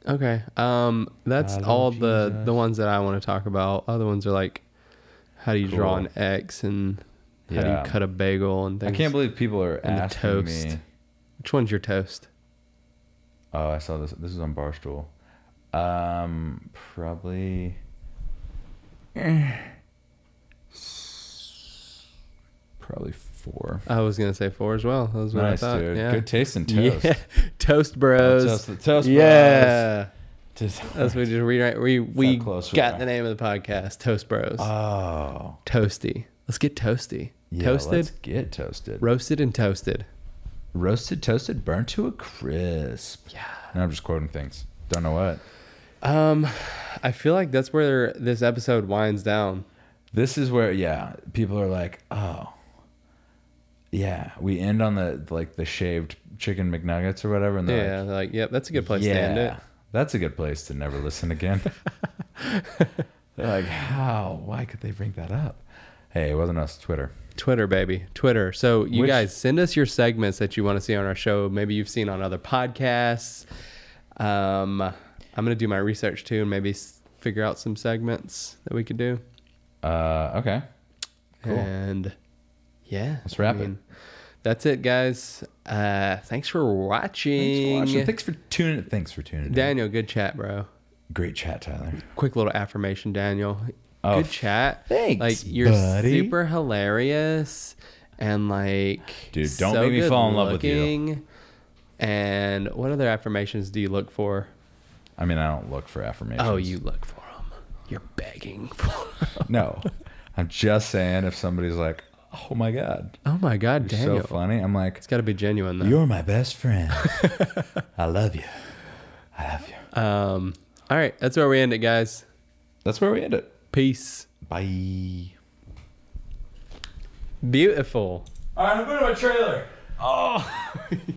Speaker 3: A.
Speaker 2: Okay. Um, that's
Speaker 3: I love
Speaker 2: all the
Speaker 3: Jesus.
Speaker 2: the ones that I want to talk about. Other ones are like, how do you draw
Speaker 3: Cool.
Speaker 2: an X and how
Speaker 3: Yeah.
Speaker 2: do you cut a bagel and
Speaker 3: I
Speaker 2: things.
Speaker 3: can't believe people are
Speaker 2: And the
Speaker 3: asking
Speaker 2: toast.
Speaker 3: me.
Speaker 2: Which one's your toast?
Speaker 3: Oh, I saw this. This is on Barstool. Um, probably. eh, Probably four.
Speaker 2: I was gonna say four as well. That was what
Speaker 3: Nice,
Speaker 2: I thought.
Speaker 3: dude.
Speaker 2: Yeah.
Speaker 3: Good taste in toast. Oh,
Speaker 2: Yeah. Toast Bros.
Speaker 3: Toast- the Toast
Speaker 2: Yeah.
Speaker 3: Just-
Speaker 2: That's what we just rewrite. We we
Speaker 3: close we
Speaker 2: got
Speaker 3: are.
Speaker 2: the name of the podcast. Toast Bros.
Speaker 3: oh.
Speaker 2: Toasty. Let's get toasty.
Speaker 3: Yeah,
Speaker 2: Toasted,
Speaker 3: Let's get toasted.
Speaker 2: roasted, and toasted.
Speaker 3: Roasted, toasted, burnt to a crisp. Yeah. Now I'm just quoting things. Don't know what.
Speaker 2: Um, I feel like that's where this episode winds down.
Speaker 3: This is where, yeah, people are like, oh, yeah. We end on the like the shaved chicken McNuggets or whatever, and they're
Speaker 2: Yeah,
Speaker 3: like,
Speaker 2: like, yep, that's a good place
Speaker 3: yeah,
Speaker 2: to end it.
Speaker 3: that's a good place to never listen again. they're like, how? Why could they bring that up? Hey, it wasn't us. Twitter.
Speaker 2: Twitter, baby, Twitter. So you
Speaker 3: Which-
Speaker 2: guys send us your segments that you want to see on our show. Maybe you've seen on other podcasts. Um, I'm gonna do my research too, and maybe s- figure out some segments that we could do.
Speaker 3: Uh, okay. Cool.
Speaker 2: And yeah,
Speaker 3: Let's wrap it.
Speaker 2: That's it, guys. Uh, thanks for
Speaker 3: Thanks for
Speaker 2: watching.
Speaker 3: watching. Thanks for tuning. Thanks for tuning. in.
Speaker 2: Daniel, good chat, bro.
Speaker 3: Great chat, Tyler.
Speaker 2: quick little affirmation, Daniel.
Speaker 3: Oh,
Speaker 2: Good chat.
Speaker 3: thanks,
Speaker 2: Like you're
Speaker 3: buddy.
Speaker 2: super hilarious and like
Speaker 3: Dude, don't make me fall in love with you.
Speaker 2: good-looking. And what other affirmations do you look for?
Speaker 3: I mean, I don't look for affirmations.
Speaker 2: Oh, you look for them. You're begging for 'em.
Speaker 3: No, I'm just saying if somebody's like, "Oh my god,
Speaker 2: Oh my God,
Speaker 3: you're
Speaker 2: Daniel.
Speaker 3: so funny," I'm like,
Speaker 2: It's got to be genuine though.
Speaker 3: "You're my best friend. I love you. I love you."
Speaker 2: Um, all right, that's where we end it, guys.
Speaker 3: That's where we end it.
Speaker 2: Peace.
Speaker 3: Bye.
Speaker 2: Beautiful.
Speaker 3: All right, I'm going to a trailer.